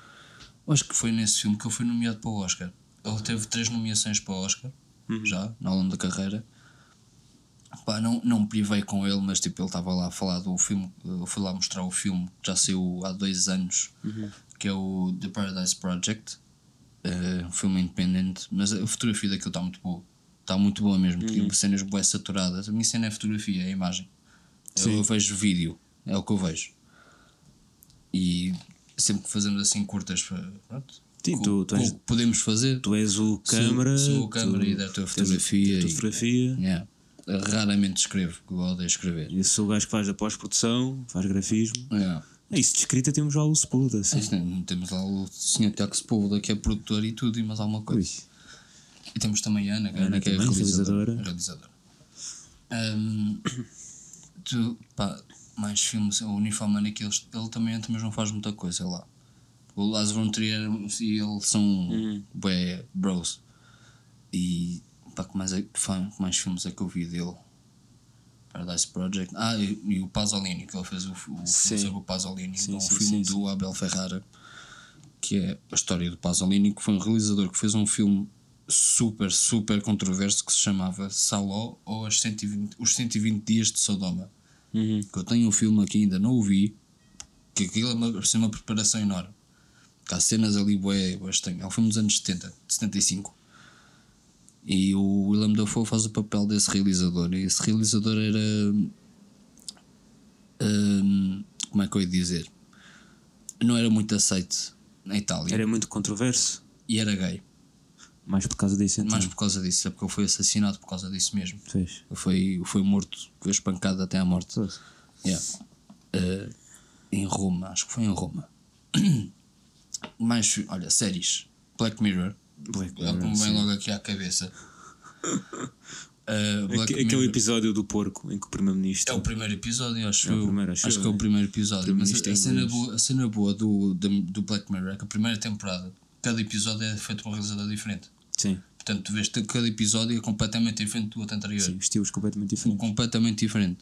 Eu Acho que foi nesse filme que ele foi nomeado para o Oscar. Ele teve três nomeações para o Oscar, já, na longa da carreira. Pá, não, não me privei com ele, mas tipo, ele estava lá a falar do filme. Eu fui lá mostrar o filme que já saiu há dois anos, que é o The Paradise Project. É um filme independente, mas a fotografia daquilo está muito boa. Está muito boa mesmo. Uhum. Tipo, cenas boas saturadas. A minha cena é fotografia, é imagem. Eu, eu vejo vídeo, é o que eu vejo. E sempre que fazemos assim curtas, pronto, Sim, com- tu, tu com és, o que podemos fazer. tu és o Sou- câmara. sou o câmara tu- e diretor de tens o- fotografia diretor de e- fotografia. Yeah. Raramente escrevo, que eu odeio escrever. Eu sou o gajo que faz a pós-produção, faz grafismo. Yeah. É isso de escrita temos já o Sepulveda, sim. Mas não- Temos lá o Sr. Tiago Sepúlveda, que é produtor e tudo, e mais alguma coisa. Ui. E temos também a Ana, que, a Ana Ana que é também, realizadora. realizadora. realizadora. Ahm, tu, pá, mais filmes, o Uniforme que ele, ele também mas não faz muita coisa lá. O Lázaro von Trier e ele são bué bros. E pá, que mais, é, que fa- que mais filmes é que eu vi dele? Paradise Project. Ah, e, e o Pasolini, que ele fez o, o filme Sim. sobre o Pasolini, Sim, um sim, filme sim, do Abel Ferrara que é a história do Pasolini, que foi um realizador que fez um filme super, super controverso que se chamava Saló ou as 120, Os 120 Dias de Sodoma. Uhum. Que eu tenho um filme aqui, ainda não o vi, que aquilo é uma, parece uma preparação enorme. Que há cenas ali, bué, bué estranho. É um filme dos anos 70, de 75. E o Willem Dafoe faz o papel desse realizador. E esse realizador era. hum, como é que eu ia dizer? Não era muito aceito na Itália. Era muito controverso, E era gay. mais por causa disso então. Mais por causa disso. É porque ele foi assassinado por causa disso mesmo. Fez. Ele foi, foi morto, foi espancado até à morte. Pois. Yeah. Eh, em Roma, acho que foi em Roma. Mais, fi- olha, séries. Black Mirror. Black É Mirror, o que me vem Hum, sim. logo aqui à cabeça. Eh, Black Aque- Mirror Aquele episódio do porco em que o É Primeiro-Ministro. o primeiro episódio, acho o eu. primeiro, acho eu, que é o é. primeiro episódio. Mas Primeiro-Ministro a, a cena inglês. boa, a cena boa do, da- do Black Mirror é que a primeira temporada, cada episódio é feito por um realizador diferente. Sim, Portanto, tu vês que cada episódio é completamente diferente do outro anterior. sim, estilos completamente Um diferentes. Completamente diferente.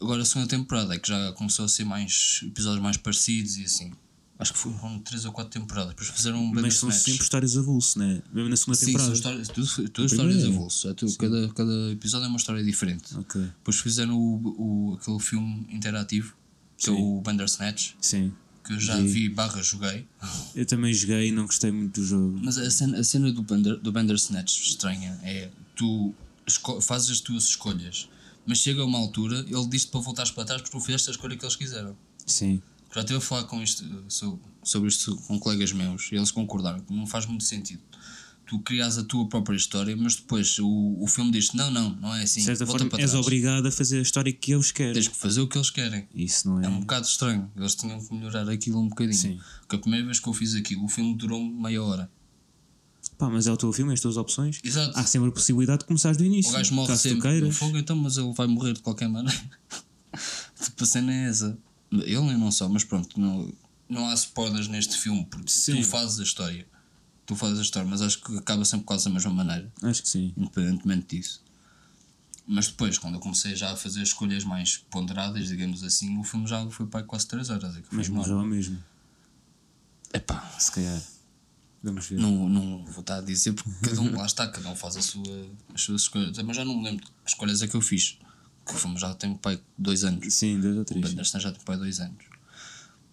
Agora a segunda temporada é que já começou a ser mais episódios mais parecidos e assim. Acho que foram 3 ou 4 temporadas. Depois fizeram um Mas são Bandersnatch. sempre histórias avulso, né? Mesmo na segunda Sim, são temporada. histórias, tudo, tudo histórias primeira é. avulso. É tudo- cada, cada episódio é uma história diferente. Ok. Depois fizeram o, o- aquele filme interativo, que é Sim. o Bandersnatch, Sim. que eu já vi barra joguei. Eu também joguei e não gostei muito do jogo. Mas a cena, a cena do, Bander, do Bandersnatch estranha é tu esco- fazes as tuas escolhas, mas chega a uma altura, ele diz-te para voltares para trás porque tu fizeste a escolha que eles quiseram. Sim. Já estive a falar com isto, so- sobre isto com colegas meus e eles concordaram que não faz muito sentido. tu crias a tua própria história, mas depois o, o filme diz não, não, não é assim. de certa volta forma, para és trás. obrigado a fazer a história que eles querem. Tens que fazer o que eles querem. Isso não é. É um bocado estranho. Eles tinham que melhorar aquilo um bocadinho. Sim. Porque a primeira vez que eu fiz aquilo, o filme durou meia hora. Pá, mas é o teu filme, as tuas opções. Exato. Há sempre a possibilidade de começares do início. o gajo morre caso tu sempre no queiras. fogo, então, mas ele vai morrer de qualquer maneira. tipo, a cena é essa. Ele nem não só, mas pronto, não, não há spoilers neste filme, porque Sim. tu fazes a história. Tu fazes a história, mas acho que acaba sempre quase da mesma maneira. Acho que sim. independentemente disso. Mas depois, quando eu comecei já a fazer escolhas mais ponderadas, digamos assim, o filme já foi para aí quase 3 horas. É que foi Mas mal. morreu mesmo. Epá, Se calhar. Vamos ver. não, não vou estar a dizer porque cada um lá está, cada um faz a sua, as suas escolhas. Mas já não me lembro que escolhas é que eu fiz. Porque o filme já tem para aí 2 anos. Sim, dois ou O três. Banderstan já tem para aí 2 anos.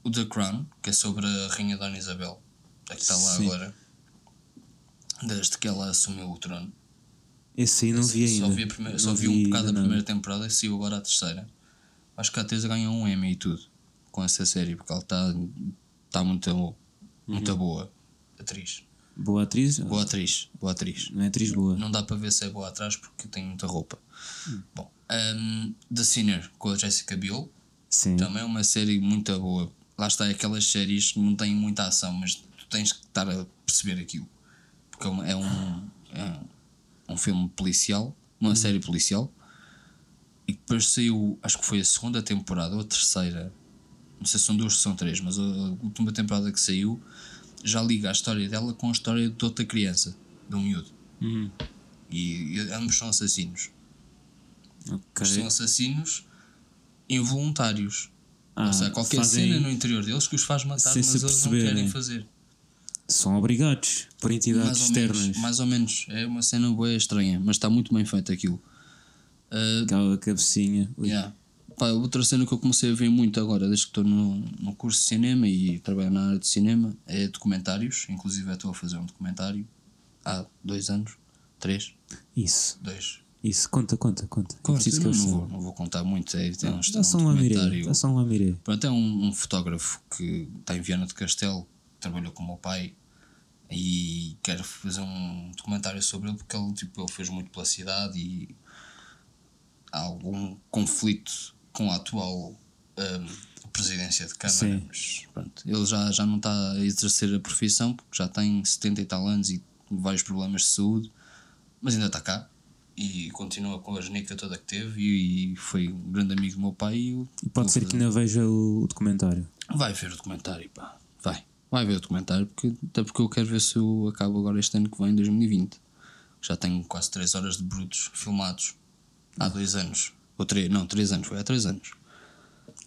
O The Crown, que é sobre a Rainha Dona Isabel, a que está lá Sim. agora, desde que ela assumiu o trono. Esse aí não vi ainda. Só vi, a primeira- só Não vi um bocado da ainda primeira nada. temporada e saiu agora a terceira. Acho que a terceira ganhou um Emmy e tudo com essa série, porque ela está tá Uhum. muito, muito boa. Atriz. Boa atriz? Boa atriz. Boa atriz. Não é atriz boa. Não dá para ver se é boa atrás porque tem muita roupa. Bom, ahm, The Sinner com a Jessica Biel Sim. também é uma série muito boa. Lá está, é aquelas séries que não têm muita ação, mas tu tens que estar a perceber aquilo. Porque é um, é um, é um filme policial, uma série policial. E depois saiu, acho que foi a segunda temporada ou a terceira. Não sei se são duas ou são três, mas a última temporada que saiu já liga a história dela com a história de outra criança, de um miúdo. Uhum. E, e ambos são assassinos. Então, Ok. São assassinos involuntários. Ah, Ou seja, qualquer fazem- cena no interior deles que os faz matar, sem mas se eles não aperceberem. querem fazer. São obrigados por entidades Mais ou, menos, Ah, externas. mais ou menos. É uma cena boa estranha, mas está muito bem feito aquilo. Ah, Aquela cabecinha. Ui. yeah. Pá, outra cena que eu comecei a ver muito agora, desde que estou no, no curso de cinema e trabalho na área de cinema, é documentários. Inclusive, eu estou a fazer um documentário há dois anos, três, Isso. dois. Isso. Conta, conta, conta. É Claro, preciso que não, eu não, saiba. vou, não vou contar muito. É, é um, é Dá só um um lamiré. documentário. Dá só um lamiré. Pronto, é um, um fotógrafo que está em Viana de Castelo, trabalhou com o meu pai e quero fazer um documentário sobre ele porque ele, tipo, ele fez muito pela cidade e há algum conflito com a atual hum, presidência de Câmara. Sim. Mas, pronto, ele já, já não está a exercer a profissão porque já tem 70 e tal anos e vários problemas de saúde, mas ainda está cá. E continua com a genica toda que teve e, e foi um grande amigo do meu pai e eu E pode vou ser que ainda veja o, o documentário. Vai ver o documentário, pá. Vai. Vai ver o documentário, porque, até porque eu quero ver se eu acabo agora este ano que vem, 2020. Já tenho quase 3 horas de brutos filmados. Há 2 anos. Ou 3, não, 3 anos. Foi há 3 anos.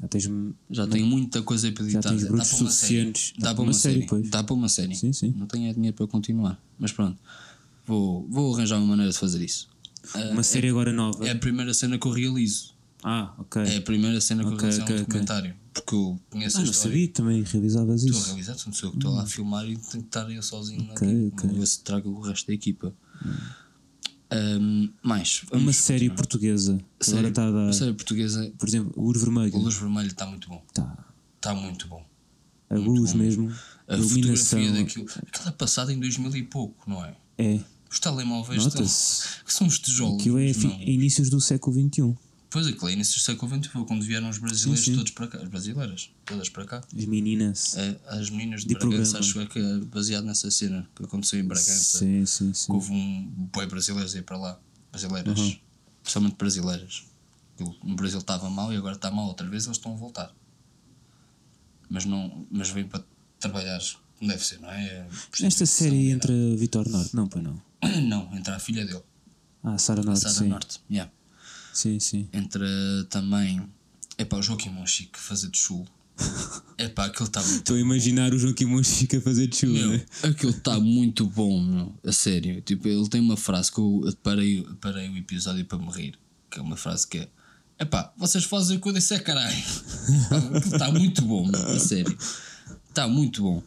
Já Ah, tens. um, Já tenho muita coisa para editar. tens Dá brutos para uma série. suficientes. Dá para uma série. pois. Dá para uma série. Sim, sim. Não tenho é dinheiro para continuar. Mas pronto. Vou, vou arranjar uma maneira de fazer isso. Ah, Uma série agora nova. é a primeira cena que eu realizo. Ah, ok. É a primeira cena que eu Ok, realizo ok, é um ok. documentário. Porque eu conheço ah, a não história. sabia que também realizavas Estou a isso. realizar, portanto, sou eu que estou lá a filmar e tenho que estar eu sozinho Hum. Ok, naquilo. ok. Hum. Vou ver se trago o resto da equipa. Ahm, mais, Uma vamos- série portuguesa. que Agora série- está a dar. uma série portuguesa, Por exemplo, o Ouro o Vermelho. Luz Vermelho está muito bom. Tá. Está muito bom. A luz mesmo. A A iluminação. fotografia daquilo. Aquela é passada em 2000 e pouco, não é? É. Os telemóveis estão- Nota-se. que são os tijolos. Aquilo é mas fi- não. é inícios do século um. XXI. Pois é, que lá início do século XXI, quando vieram os brasileiros Sim, sim. todos para cá, as brasileiras, todas para cá. As meninas. Eh, As meninas de, De programa. Bragança, acho eu que é baseado nessa cena que aconteceu em Bragança. Sim, sim, sim. que houve um boi brasileiro a ir para lá. Brasileiras. Uhum. Principalmente brasileiras. Que o- O Brasil estava mal e agora está mal outra vez, eles estão a voltar. Mas, não, mas vêm para trabalhar, como deve ser, não é? Esta série entre Vitor Norte. Não, pois não. Não, entra a filha dele, Ah, Sara Norte, Sara sim. Norte. Yeah. Sim, sim. Entra também. É pá, o Joaquim Monchique fazer de chulo. É pá, aquilo está muito. Estou a imaginar o Joaquim Monchique a fazer né? de chuva. Meu, aquilo está muito bom, meu, a sério. Tipo, ele tem uma frase que eu parei, parei o episódio para morrer, que é uma frase que é Epá, vocês fazem o que eu disser, caralho. Aquilo está muito bom, meu, a sério. Está muito bom.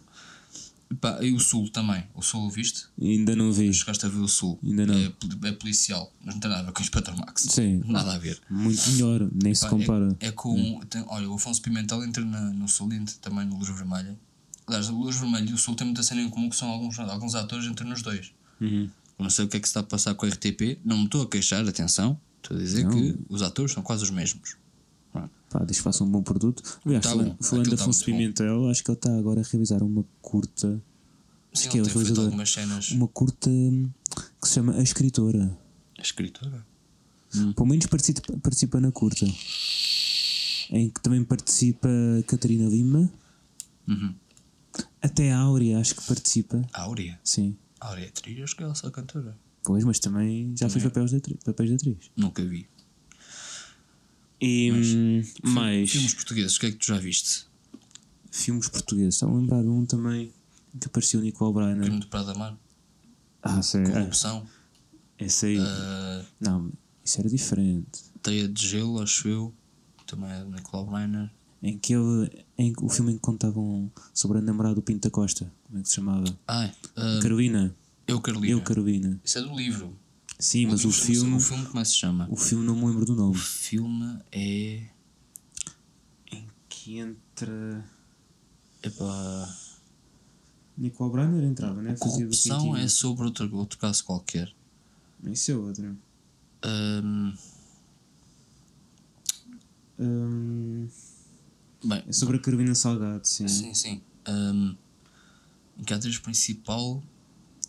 Epá, e o Sul também. O Sul o viste? Ainda não vi. Chegaste a ver o Sul. Ainda não. É, pol- é policial, mas não tem nada a ver com o Inspector Max. Sim. Nada a ver. Muito melhor. Nem se Pá, compara. Hum. É, é com. tem- olha, o Afonso Pimentel entra na- no Sul e entra também no Luz Vermelha. Aliás, o Luz Vermelho e o Sul têm muita cena em comum que são alguns, alguns atores entre nos dois. Uhum. Não sei o que é que se está a passar com a RTP. Não me estou a queixar, atenção. Estou a dizer Não. que os atores são quase os mesmos. Pronto. Pá, diz que faça um bom produto. Aliás, Tá falando, bom, falando de aquilo tá Afonso muito bom. Pimentel, acho que ele está agora a realizar uma curta. Sim, que é ele o tem feito realizador? algumas cenas. Uma curta hum, que se chama A Escritora. A escritora? Hum. Pelo menos participa, participa na curta. Em que também participa Catarina Lima. Uhum. Até a Áurea, acho que participa. Áurea. Sim. Áurea é atriz, acho que ela é só cantora. Pois, mas também já fez papéis de atri- papéis de atriz. Nunca vi. E hum, mais. Filmes portugueses, o que é que tu já viste? filmes portugueses. Estava a lembrar um também em que apareceu o Nicolau Crime Brainer. do Prado da Mar, Ah, sério. Ah, Corrupção, esse aí. ah, Não, isso era diferente. Teia de Gelo, acho eu. Também é do Nicolau Breiner. Em que ele. Em, que- o filme em que contavam sobre a namorada do Pinto da Costa. Como é que se chamava? Ah, é, ah, Carolina. Eu Carolina. Eu, Carolina. Isso é do livro. Sim, mas o livro chama-se- filme. O filme como é que se chama? O filme não me lembro do nome. O filme é. Em que entra. Epá, Nicolau Brainer entrava, né? Fazia do corrupção Pintinho. é sobre outro, outro caso qualquer. Isso é outro. Ahm, Hum, bem, é sobre a Carolina Salgado, sim. sim, sim. Ahm, em que a atriz principal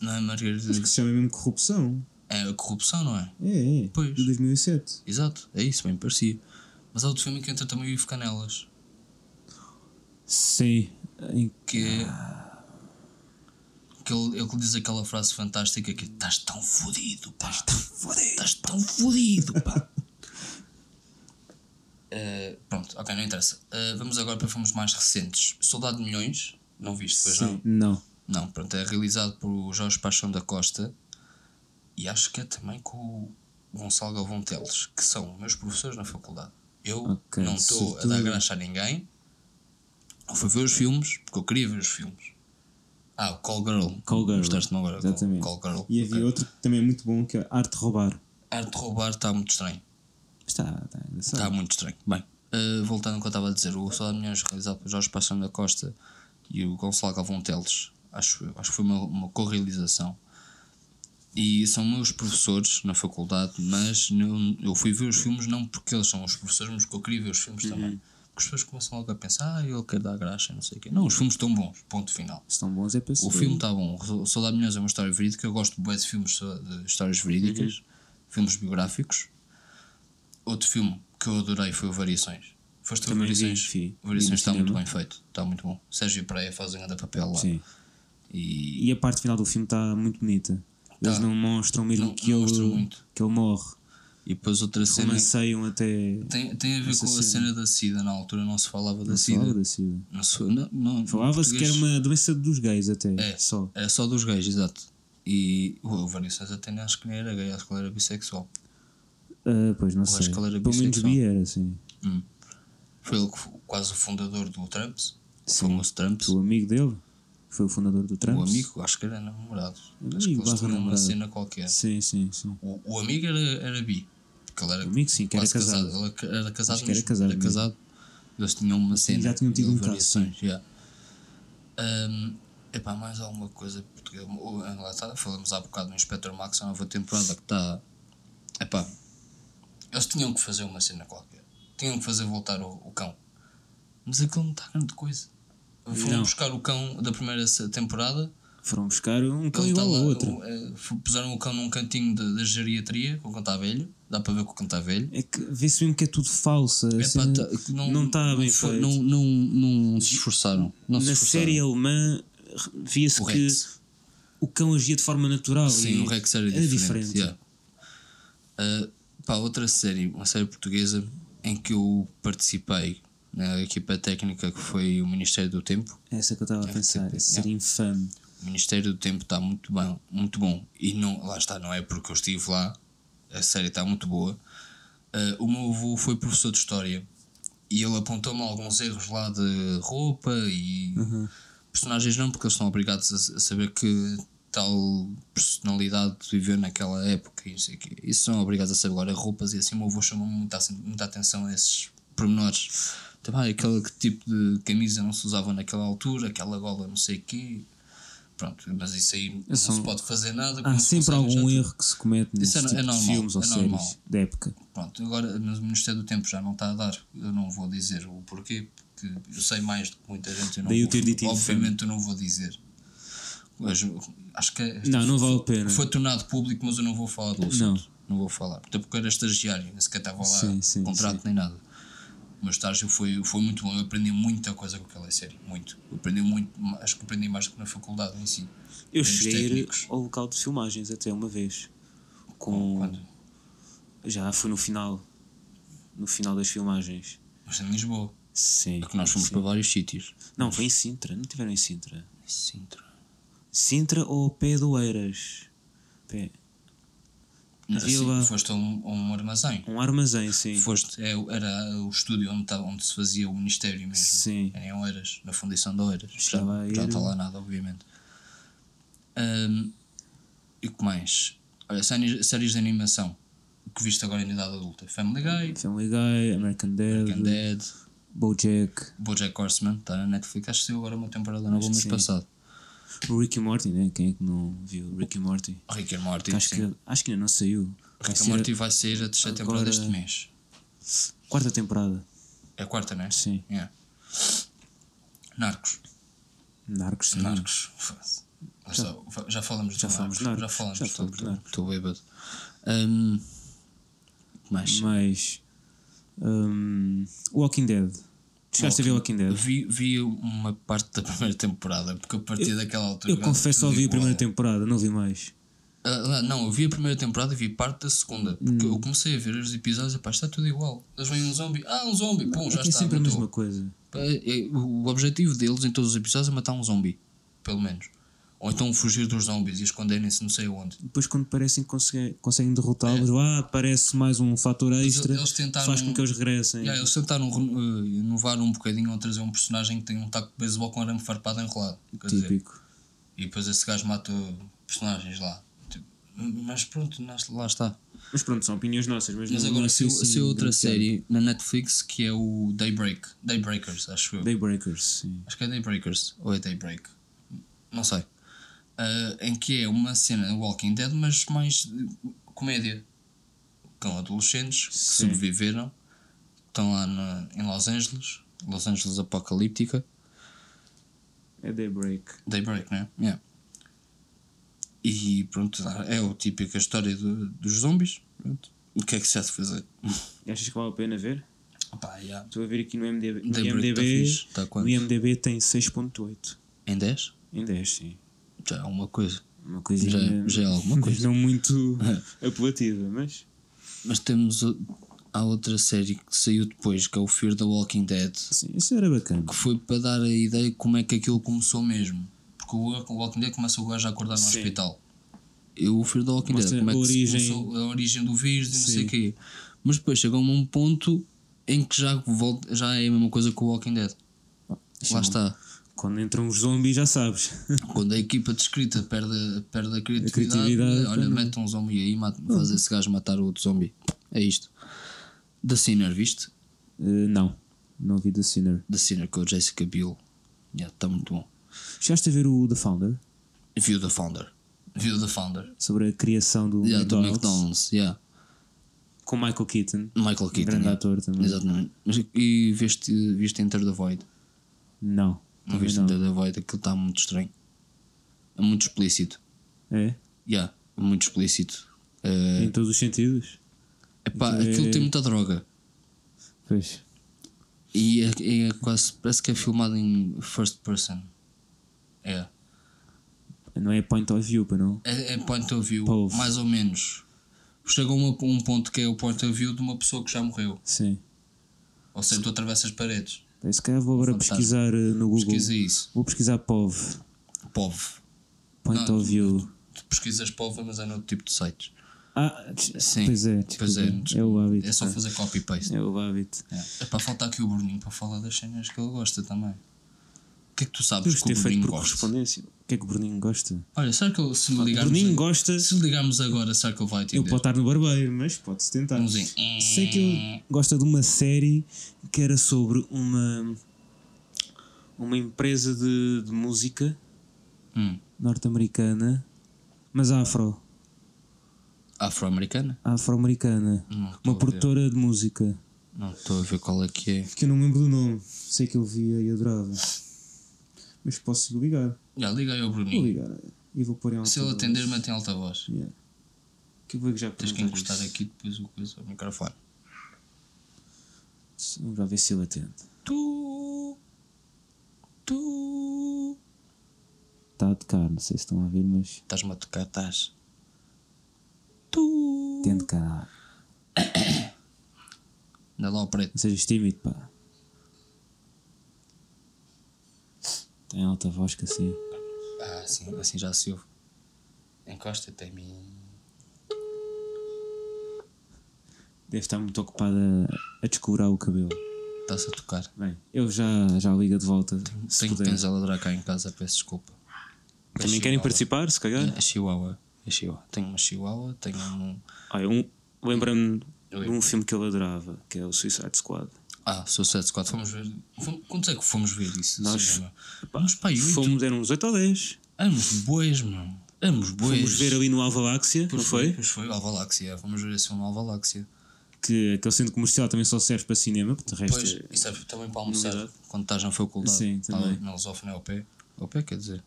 não é Margarida. Acho que se chama mesmo Corrupção. É a corrupção, não é? É, é. Pois. De 2007. Exato, é isso, bem parecia. Mas há outro filme em que entra também o Ivo Canelas, Sim. Em- que é. Que ele, ele que diz aquela frase fantástica que é, estás tão fodido, pá. Estás tão fodido. Estás tão fodido, pá. Eh, pronto, ok, não interessa. Eh, vamos agora para filmes mais recentes. Soldado de Milhões, não viste, pois não? sim. Não. Não, pronto, é realizado por Jorge Paixão da Costa e acho que é também com o Gonçalo Galvão Teles, que são meus professores na faculdade. Eu Ok, não estou a sortudo. dar graxa a ninguém. Eu fui ver os filmes, porque eu queria ver os filmes. Ah, o Call Girl. Call Girl, Mostraste-me agora. Call- exatamente. Call Girl. E havia ok. outro que também é muito bom que é Arte de Roubar. Arte de roubar está muito estranho. Está, está engraçado. Está muito estranho. Bem, eh, voltando ao que eu estava a dizer, o Soldado de Milhões realizado por Jorge Paixão da Costa e o Gonçalo Galvão Teles, acho, eu, acho que foi uma, uma co-realização. E são meus professores na faculdade, mas não, eu fui ver os filmes não porque eles são os professores, mas porque eu queria ver os filmes também. Porque as pessoas começam logo a pensar, ah, ele quer dar graxa, não sei o quê. Não, os filmes estão bons, ponto final. Estão bons é para O filme está bom. O Soldado de Milhões é uma história verídica. Eu gosto bem de filmes so- de histórias verídicas, filmes biográficos. Outro filme que eu adorei foi o Variações. Foste o Também vi, Variações. vi. O Variações Vi no está muito cinema. bem feito. Está muito bom. Sérgio Praia faz um grande papel lá. Sim. E E a parte final do filme está muito bonita. Eles Tá. não mostram mesmo Não- que, não ele, mostram muito. que ele morre. e depois outra cena. Romanceiam até. Tem, tem a ver é essa com a cena. cena da SIDA. Na altura não se falava Falava da SIDA. da SIDA. Não se- não- não- Falava-se que era português- uma doença dos gays até. É. Só. É só dos gays, exato. E o o Variações até nem acho que nem era gay, acho que ele era bissexual. Ah, pois não acho sei. que ele era Pelo menos bissexual. vi era, sim. Hum. Foi ele que foi quase o fundador do Trumps. Sim. O famoso Trumps. O amigo dele, que foi o fundador do Trump. O amigo, é. acho que era namorado. Amigo acho que barra eles tinham uma namorado. cena qualquer. Sim, sim, sim. O, o amigo era, era bi. Porque ele era O amigo, sim, que era quase casado. Ele ca- era casado, Acho que era mas casado era mesmo. casado. Eles tinham uma cena. já tinham tido de um caso, variações, já. Hum, epá, mais alguma coisa portuguesa. O- Lá está, falamos há bocado do Inspector Max, a nova temporada que está. Epá, eles tinham que fazer uma cena qualquer. Tinham que fazer voltar o, o cão. Mas aquilo não está grande coisa. Foram Não. buscar o cão da primeira se- temporada Foram buscar um cão ele tá igual lá, ao outro. o- eh, f- puseram o cão num cantinho de- da geriatria, com o cão está velho. Dá para ver que o cão está velho. É que vê-se mesmo que é tudo falso. a Epá, cena- tá- que não tá bem foi- feito. Não, não, não se esforçaram. Não se Na esforçaram. série alemã via-se O que Rex. o cão agia de forma natural. Sim, e o Rex era diferente. yeah. Ah, pá, outra série, uma série portuguesa em que eu participei na equipa técnica que foi o Ministério do Tempo. É Essa que eu estava a pensar. RTP, Seria infame. O Ministério do Tempo está muito bom, muito bom. E não, lá está, não é porque eu estive lá, a série está muito boa. Ah, o meu avô foi professor de História e ele apontou-me alguns erros lá de roupa e personagens não, porque eles são obrigados a, a saber que tal personalidade viveu naquela época e não sei o quê. Isso são obrigados a saber agora roupas e assim o meu avô chamou muita, aten- muita atenção a esses pormenores. ah, tipo Também aquele que tipo de camisa não se usava naquela altura, aquela gola não sei o quê. Pronto, mas isso aí É não só- se pode fazer nada. Há como se sempre fosse algum já- erro que se comete nesse Isso é no- tipo é de normal, filmes ou é séries normal. da época. Pronto, agora no Ministério do Tempo já não está a dar. Eu não vou dizer o porquê, porque eu sei mais do que muita gente. Eu não Daí eu vou- ter dito Obviamente eu não vou dizer. Mas, acho que esta Não, não vale a pena. foi tornado público, mas eu não vou falar do assunto. Não. Não, vou falar. Até porque eu era estagiário, nem sequer estava lá Sim, sim, contrato nem nada. O meu estágio foi, foi muito bom. Eu aprendi muita coisa com aquela série. Muito. Eu aprendi muito. Acho que aprendi mais do que na faculdade em si. Eu Termos cheguei a ir técnicos. ao local de filmagens até uma vez. Com, Quando? já foi no final. No final das filmagens. Mas em Lisboa. Sim. É que nós fomos sim. para vários sítios. Não, foi em Sintra. Não tiveram em Sintra. Sintra. Sintra ou ao pé do Eiras? Pé. Havia Assim, lá- foste a um, a um armazém. Um armazém, sim. Foste, é, era o estúdio onde, estava- onde se fazia o Ministério mesmo. Sim. Era Em Oeiras, na Fundição de Oeiras. Já, Estava a ir- já não está lá nada, obviamente. Ahm, e o que mais? Olha, séries, séries de animação. O que viste agora em idade adulta? Family Guy, Family Guy, American Dad, American Dead, Bojack, Bojack Horseman, está na Netflix. Acho que saiu agora uma temporada nova o mês sim. passado. Rick e Morty, né? Quem é que não viu Rick e Morty? Rick and Morty. Acho sim. que, acho que ainda não saiu. Vai Rick and ser Morty vai sair a terceira temporada agora- este mês. a quarta temporada. É a quarta, não é? Sim. Yeah. Narcos. Narcos, sim. Narcos. foda-se. Lá está, fa- Já falamos de já falamos de Narcos. Já falamos Já falamos de Narcos. Estou bêbado. Hum, mas Mas. hum, Walking Dead. Chegaste a ver Walking Dead? vi, vi uma parte da primeira temporada, porque a partir daquela altura. Eu confesso, só vi a primeira temporada, não vi mais. temporada. não, eu vi a primeira temporada e vi parte da segunda. Porque Hum. eu comecei a ver os episódios e pá, está tudo igual. Eles vêm um zombie, ah, um zombie, pum, já é que é está. sempre a matou. mesma coisa. É, é, O objetivo deles em todos os episódios é matar um zombie, pelo menos. Ou então fugir dos zombies e esconderem-se não sei onde. Depois, quando parecem que conseguem, conseguem derrotá-los, ah, aparece mais um fator extra, É. eles tentaram- faz com que eles regressem. Yeah, eles tentaram reno- eh, inovar um bocadinho ou trazer um personagem que tem um taco de beisebol com arame farpado enrolado. Quer dizer, Típico. e depois esse gajo mata personagens lá. Tipo, Mas pronto, nas- lá está. Mas pronto, são opiniões nossas. Mas, Mas não- é assim agora não saiu sei se- saiu outra série na Netflix que é o Daybreak. Daybreakers, acho eu. Daybreakers, sim. Acho que é Daybreakers ou é Daybreak. Não sei. Ah, em que é uma cena Walking Dead, mas mais eh, comédia. Com adolescentes que Sim. sobreviveram, estão lá na- em Los Angeles, Los Angeles apocalíptica. É Daybreak. Daybreak, né? Yeah. E pronto, é o típico a história do- dos zombies. Pronto. O que é que se há de fazer? Achas que vale a pena ver? Opa, yeah. Estou a ver aqui no MDB. No Daybreak tá IMDb, fixe. Tá o quanto? IMDB tem 6.8. Em 10? Em 10, sim. Já é alguma coisa. Uma coisinha. Já é- já é alguma mas coisa. Não muito apelativa, mas. Mas temos o- a outra série que saiu depois, que é o Fear the Walking Dead, Sim, isso era bacana. que foi para dar a ideia de como é que aquilo começou mesmo. Porque o Walk- o Walking Dead começa o gajo a acordar no Sim. hospital. E o Fear the Walking Mostra Dead, como é a que se origem. começou, a origem do vírus e não sei Sim. o quê. Mas depois chegou a um ponto em que já, volta, já é a mesma coisa que o Walking Dead. Lá está. Quando entram os zombies, já sabes. Quando a equipa descrita perde, perde a criatividade, criatividade, olha, pois não. mete um zombie aí, mata, faz esse gajo matar o outro zombie. É isto. The Sinner, viste? Eh, não. Não vi The Sinner. The Sinner com a Jessica Biel. Está muito bom. Chegaste a ver o The Founder? View the Founder. View the Founder. Sobre a criação do, Yeah, do McDonald's, McDonald's. Yeah. Com Michael Keaton. Michael Keaton. grande yeah. ator também. Exatamente. Mas, e viste, viste Enter the Void? Não. Não também viste não. Enter the Void? Aquilo está muito estranho. É muito explícito. É? Yeah, é muito explícito. Em todos os sentidos? É epá, Aquilo é- aquilo tem muita droga. Pois. E é, é quase, parece que é filmado em first person. É. Não é point of view, para não? É, é point of view, Povo. mais ou menos. Chega a uma- um ponto que é o point of view de uma pessoa que já morreu. Sim. Ou seja, tu atravessas paredes. Bem, Se calhar vou agora Fantástico. pesquisar eh, no Google. Pesquisa isso. Vou pesquisar POV. POV. Point Não, of view. Tu pesquisas POV, mas é noutro tipo de sites. Ah, tch- Sim. pois é. Pois é, desculpa. é o hábito. É só pá. fazer copy-paste. É o hábito. É. para faltar aqui o Bruninho para falar das cenas que ele gosta também. O que é que tu sabes Temos que que ter o feito Bruninho por gosta? correspondência. O que é que o Bruninho gosta? Olha, será que ele, se me O ligarmos, Bruninho a- gosta. se ligarmos agora, será que ele vai Ele atender? pode estar no barbeiro, mas pode-se tentar. Vamos em. Sei que ele gosta de uma série que era sobre uma. Uma empresa de, de música Hum. norte-americana, mas afro, Afro-americana? afro-americana, Não estou a uma ver. produtora de música, Não estou a ver qual é que é. que eu não me lembro do nome, sei que eu via e adorava, mas posso ligar, Já liga aí ao vou Bruninho. ligar e vou pôr em Se ele altavoz. atender, mantém alta voz. Yeah. Que eu vou já Tens que perguntar encostar isso. aqui depois o coisa ao microfone. Vamos lá ver se ele atende. Tu. Tu. Está a tocar, Tá não sei se estão a ver, mas Estás-me a tocar, estás. Tu. tente cá. Anda lá ao preto. Não sejas tímido, pá. Tem alta voz que assim. Ah, sim, assim já se ouve. Encosta-te em mim. Deve estar muito ocupada a descobrar o cabelo. Estás a tocar. Bem, eu já, já ligo de volta. se Tenho puder. cães a ladrar cá em casa, peço desculpa. Também querem participar, se calhar? A Chihuahua. A Chihuahua. Tenho uma Chihuahua, tenho um. Olha, um, Lembra-me de Oi. um filme que eu adorava, que é o Suicide Squad. Ah, Suicide Squad, fomos ver. Fomos, quantos é que fomos ver isso? Nós- Vamos para aí, oito. Fomos, eram uns 8 ou 10. Ambos bois, mano. Ambos bois. Fomos ver ali no Alvaláxia, não Pois foi? Pois foi, Alvaláxia. Fomos ver esse filme Alvaláxia. Que aquele centro comercial também só serve para cinema, porque de resto. Pois, é- e sabes, também para almoçar, Novidade. quando estás na faculdade, Sim, tá lá também. na Lusófona ao pé. Ao pé, quer dizer.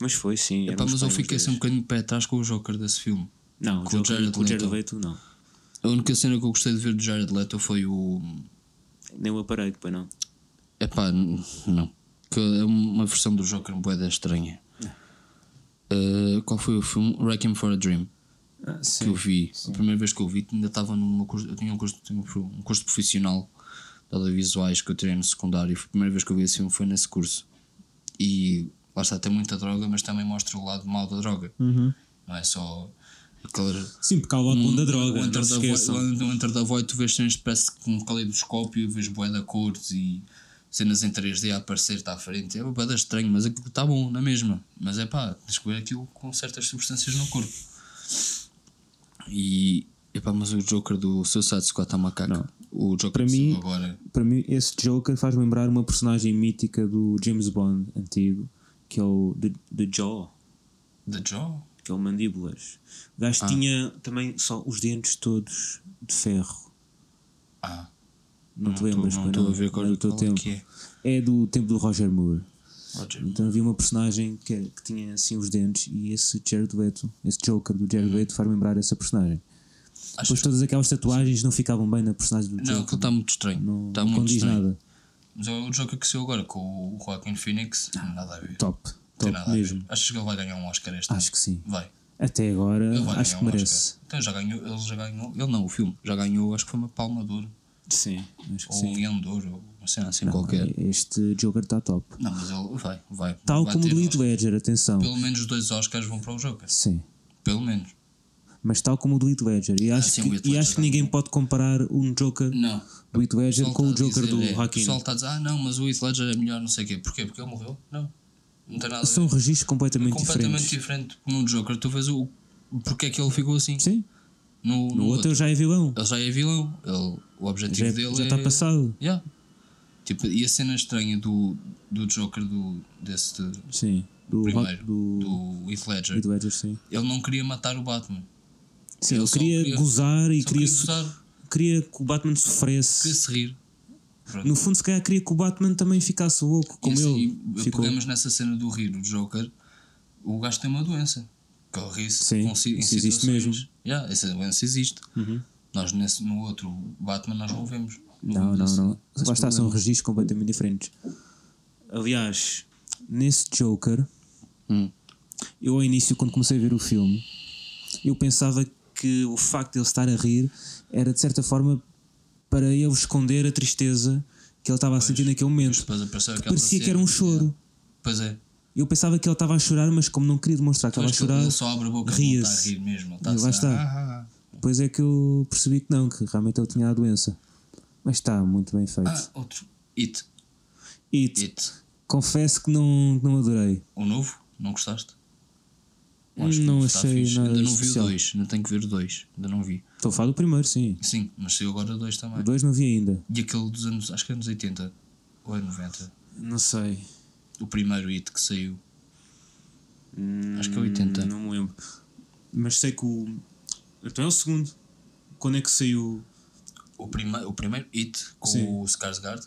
Mas foi, sim. Pá, éramos mas para eu aí uns fiquei 10. assim um bocadinho de pé atrás com o Joker desse filme. Não, com o com o Jared Jared Leto. Leto, não. A única cena que eu gostei de ver do Jared Leto foi o. Nem o aparelho, pois não. É pá, n- não. Que é uma versão do Joker boeda estranha. É. Uh, qual foi o filme? Wrecking for a Dream. Ah, que eu vi, a primeira vez que eu vi, ainda estava num curso, eu tinha um curso, tinha um pro- um curso profissional de audiovisuais que eu tirei no secundário. Foi A primeira vez que eu vi esse filme foi nesse curso. E lá está, tem muita droga, mas também mostra o lado mau da droga. Não é só aquele. Sim, porque há o lado bom da droga, Hum, o não Enter se the Void- esqueçam. o Enter the Void, tu vês cenas que parece com um caleidoscópio, vês bué da cores e cenas em 3D a aparecer-te à frente. É bué da estranho, mas aquilo está bom, na mesma. Mas é pá, descobrir aquilo com certas substâncias no corpo. E, epá, mas o Joker do Suicide Squad está macaco. O Joker Para que saiu mim- agora. Para mim, esse Joker faz lembrar uma personagem mítica do James Bond antigo, que é o The, The Jaw, The Jaw? que é o Mandíbulas. O Ah. gajo tinha também só os dentes todos de ferro. Ah, Não, te tô- lembras, não pois estou a ver qual, Não é do teu qual é tempo. que é. É do tempo do Roger Moore. Roger. Então havia uma personagem que, que tinha assim os dentes e esse Jared Leto, esse Joker do Jared Leto faz lembrar essa personagem. Uhum. Acho- Depois todas aquelas tatuagens não ficavam bem na personagem do não, Joker. aquilo está muito estranho. Não, Está não muito condiz estranho. nada. Mas é o Joker que saiu agora com o Joaquin Phoenix, Ah. nada a ver. Top, Tem top nada a ver. mesmo. Achas que ele vai ganhar um Oscar este? ano? Acho que sim. Vai. Até agora Ele vai acho ganhar que um merece. Oscar. Então já ganhou, ele já ganhou, ele não, o filme, já ganhou, acho que foi uma Palma de Ouro, Sim, acho que ou um sim. Leão de Ouro, ou uma cena assim qualquer. Este Joker está top. Não, mas ele vai, vai. Tal vai como o ter um do Heath Oscar. Ledger, atenção. Pelo menos dois Oscars vão para o Joker, Sim. pelo menos. Mas tal como o do Heath Ledger. E acho, Ah, sim, o que, Heath e Ledger acho que ninguém pode comparar um Joker Não. O do Heath Ledger pessoal com o está a Joker do dizer, né? é, O Joaquin. pessoal está a dizer, ah não, mas o Heath Ledger é melhor, não sei o quê. Porquê? Porque ele morreu? Não. Não tem nada a São ver. registros completamente, Completamente diferentes. diferente. No Joker tu vês o... Porque é que ele ficou assim? Sim. No, no O outro já é vilão. Ele já é vilão. Ele, o objetivo Já dele já está é... passado. Yeah. Tipo, e a cena estranha do, do Joker do, desse de- Sim. Do, primeiro, do, do Heath Ledger, Heath Ledger, sim. ele não queria matar o Batman. Sim, Ele ele só queria queria- gozar e Só queria queria, so- gozar, queria que o Batman sofresse. queria se rir. Pronto. No fundo, se calhar queria que o Batman também ficasse louco, como e assim, ele ficou. pegamos nessa cena do rir, o Joker, o gajo tem uma doença. Que ele ri-se Sim, com si- em isso existe situações- mesmo. Uhum. Yeah, essa doença existe. Nós nesse, no outro Batman nós não vemos. Não, não, Esse- não. esse Lá está, são problema. registros completamente diferentes. Aliás, nesse Joker, Hum. eu ao início, quando comecei a ver o filme, eu pensava que o facto de ele estar a rir era de certa forma para ele esconder a tristeza que ele estava a sentir naquele momento. Depois apareceu aquela Parecia que era cena, um yeah. choro. Pois é. Eu pensava que ele estava a chorar, mas como não queria demonstrar que Pois estava a que chorar, ele só abre a boca e ria-se. volta a rir mesmo. Ele tá E lá assim, está. "Ah, ah, ah." depois é que eu percebi que não, que realmente ele tinha a doença. Mas está muito bem feito. Ah, outro. It. e It. confesso que não, não adorei. O novo? Não gostaste? Não está achei fixe. nada Ainda não vi especial. o 2. Ainda tenho que ver o 2. Ainda não vi. Estou a falar do primeiro, sim. Sim, mas saiu agora o 2 também. O dois não vi ainda. E aquele dos anos. Acho que é anos 80. Ou é 90. Não sei. O primeiro It que saiu. Acho que é 80. Hum, Não me lembro. Mas sei que o. Então é o segundo. Quando é que saiu? O, prime o primeiro hit com Sim. o Skarsgård,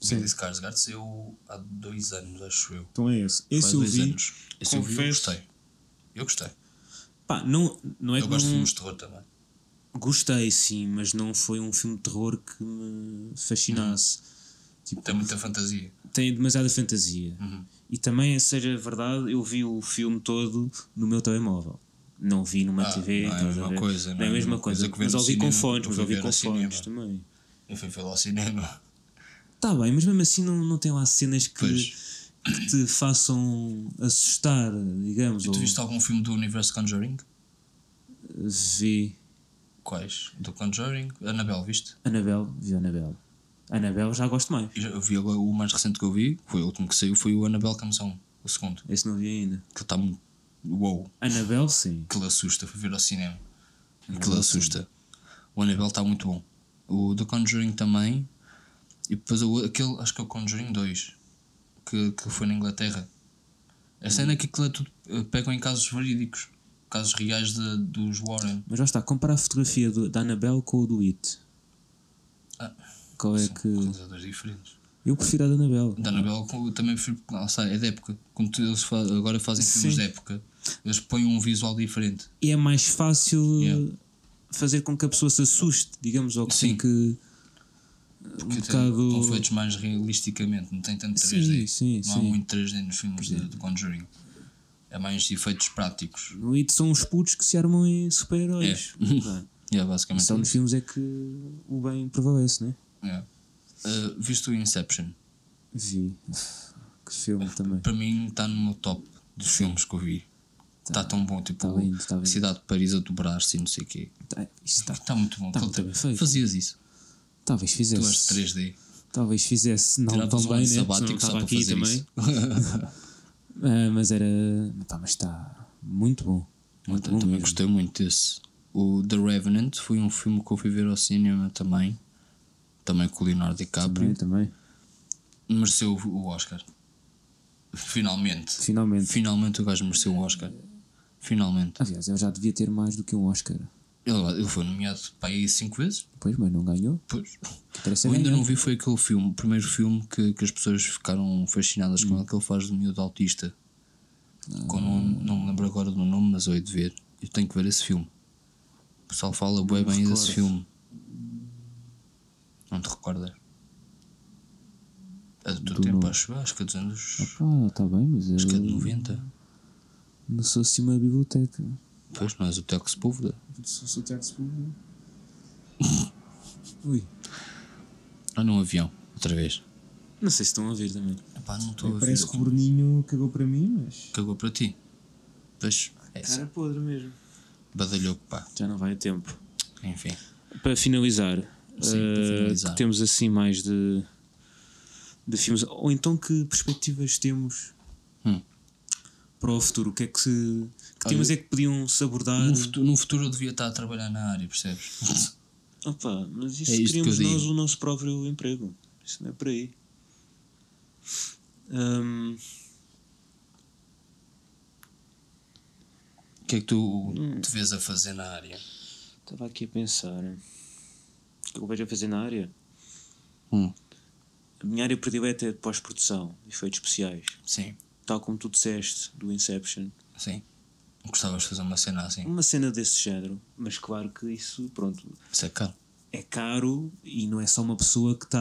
o Sim. Billy Skarsgård, saiu há dois anos, acho eu. Então é esse. Há Esse eu dois vi. anos. Esse eu vi, eu confesso. gostei. Eu gostei. Pá, não, não é Eu que gosto de não- filmes de terror também. Gostei, sim, mas não foi um filme de terror que me fascinasse. Tipo, Tem muita fantasia. tem demasiada fantasia. Uhum. E também, seja verdade, eu vi o filme todo no meu telemóvel. Não vi numa Ah, TV, não é a estás mesma ver? coisa, não é a mesma coisa. que ver mas no ouvi com cinema. fones, Eu mas fui ouvi ver com no cinema. fones também. Eu fui vê-lo ao cinema. Tá bem, mas mesmo assim não, não tem lá cenas que, Pois. que te façam assustar, digamos. Tu viste algum filme do universo Conjuring? Vi Quais? Do Conjuring? Annabelle, viste? Anabel, vi Anabel. Anabel já gosto mais. Eu já- eu vi agora o mais recente que eu vi, foi o último que saiu, foi o Annabelle Canção, o segundo. Esse não vi ainda. Que está muito. Uou! Anabel, sim. Aquilo assusta, fui ver ao cinema. Aquilo assusta. O Annabelle está muito bom. O do Conjuring também. E depois o, aquele, acho que é o Conjuring 2, que, que foi na Inglaterra. Hum. A cena é que aquilo é tudo. eh, Pegam em casos verídicos, casos reais de, dos Warren. Mas lá está, compara a fotografia do, da Anabel com o do It. Ah, Qual é são que. realizadores diferentes. Eu prefiro a da Anabel. Da Anabela com- eu também prefiro porque lá sai, é da época. Quando tu- eles fa- agora fazem filmes Sim. de época, eles põem um visual diferente. E é mais fácil Yeah. fazer com que a pessoa se assuste, digamos, ou que Sim. fique. Porque Um bocado- tem, são feitos mais realisticamente, não tem tanto 3D. Sim, sim, não há sim. muito 3D nos filmes de- do Conjuring. É mais efeitos práticos. No It são os putos que se armam em super-heróis. Pá, É, basicamente. Só nos isso. filmes é que o bem prevalece, né? É. Ah, visto o Inception, Vi. Que filme também. para mim está no meu top dos filmes que eu vi. Está tão bom, tipo, Tá lindo, tá lindo. Cidade de Paris a dobrar-se e não sei o quê. Tá, isso tá- Está muito bom. Tá Aquele muito te- bem feito. Fazias isso. talvez Tu és fizesse. 3D. Talvez fizesse. Não tão Tiravas um bem, ano né? Senão sabático não só estava para aqui fazer também. isso. Ah, mas era. Pá, mas está muito bom. Muito Então, bom também mesmo. gostei muito desse. O The Revenant foi um filme que eu fui ver ao cinema também. Também com o Leonardo DiCaprio. Também, Né, também. Mereceu o Oscar. Finalmente. Finalmente. Finalmente o gajo mereceu o Oscar. Finalmente. Aliás, eu já devia ter mais do que um Oscar. Ele, ele foi nomeado para aí cinco vezes. Pois, mas não ganhou. Pois. Que interessa é Eu ainda ganhar. não vi foi aquele filme, o primeiro filme que, que as pessoas ficaram fascinadas Hum. com ele, que ele faz do miúdo autista. Com, não, Ah. não me lembro agora do nome, mas eu hei de ver. Eu tenho que ver esse filme. O pessoal fala bué bem desse recordo. filme. Não te recordas? É do teu Do tempo, nome. acho eu. Acho que é dos anos. Ah, está bem, mas Acho que é de eu 90. não sou assim uma biblioteca. Pois, não és o Teco Sepúlveda. Sou, sou Tiago Sepúlveda. Ui. Ah, num avião, outra vez. Não sei se estão a ver também. Epá, não estou a ver. Parece que o Bruninho cagou para mim, mas. Cagou para ti. Pois, é isso. Cara podre mesmo. Badalhou, pá. Já não vai a tempo. Enfim. Para finalizar, Sim, para eh, finalizar. que temos assim mais de, de filmes. Ou então que perspectivas temos Hum. para o futuro? O que é que se. Que temas é que podiam se abordar? No futuro, no futuro eu devia estar a trabalhar na área, percebes? Opa, mas isso É isto que eu criamos nós digo. o nosso próprio emprego. Isso não é por aí. Hum, O que é que tu Hum. te vês a fazer na área? Estava aqui a pensar. O que eu vejo a fazer na área? Hum. A minha área predileta é de pós-produção, efeitos especiais. Sim, Tal como tu disseste do Inception. sim. Gostavas de fazer uma cena assim, Uma cena desse género, mas claro que isso, pronto, isso é caro. é caro e não é só uma pessoa que está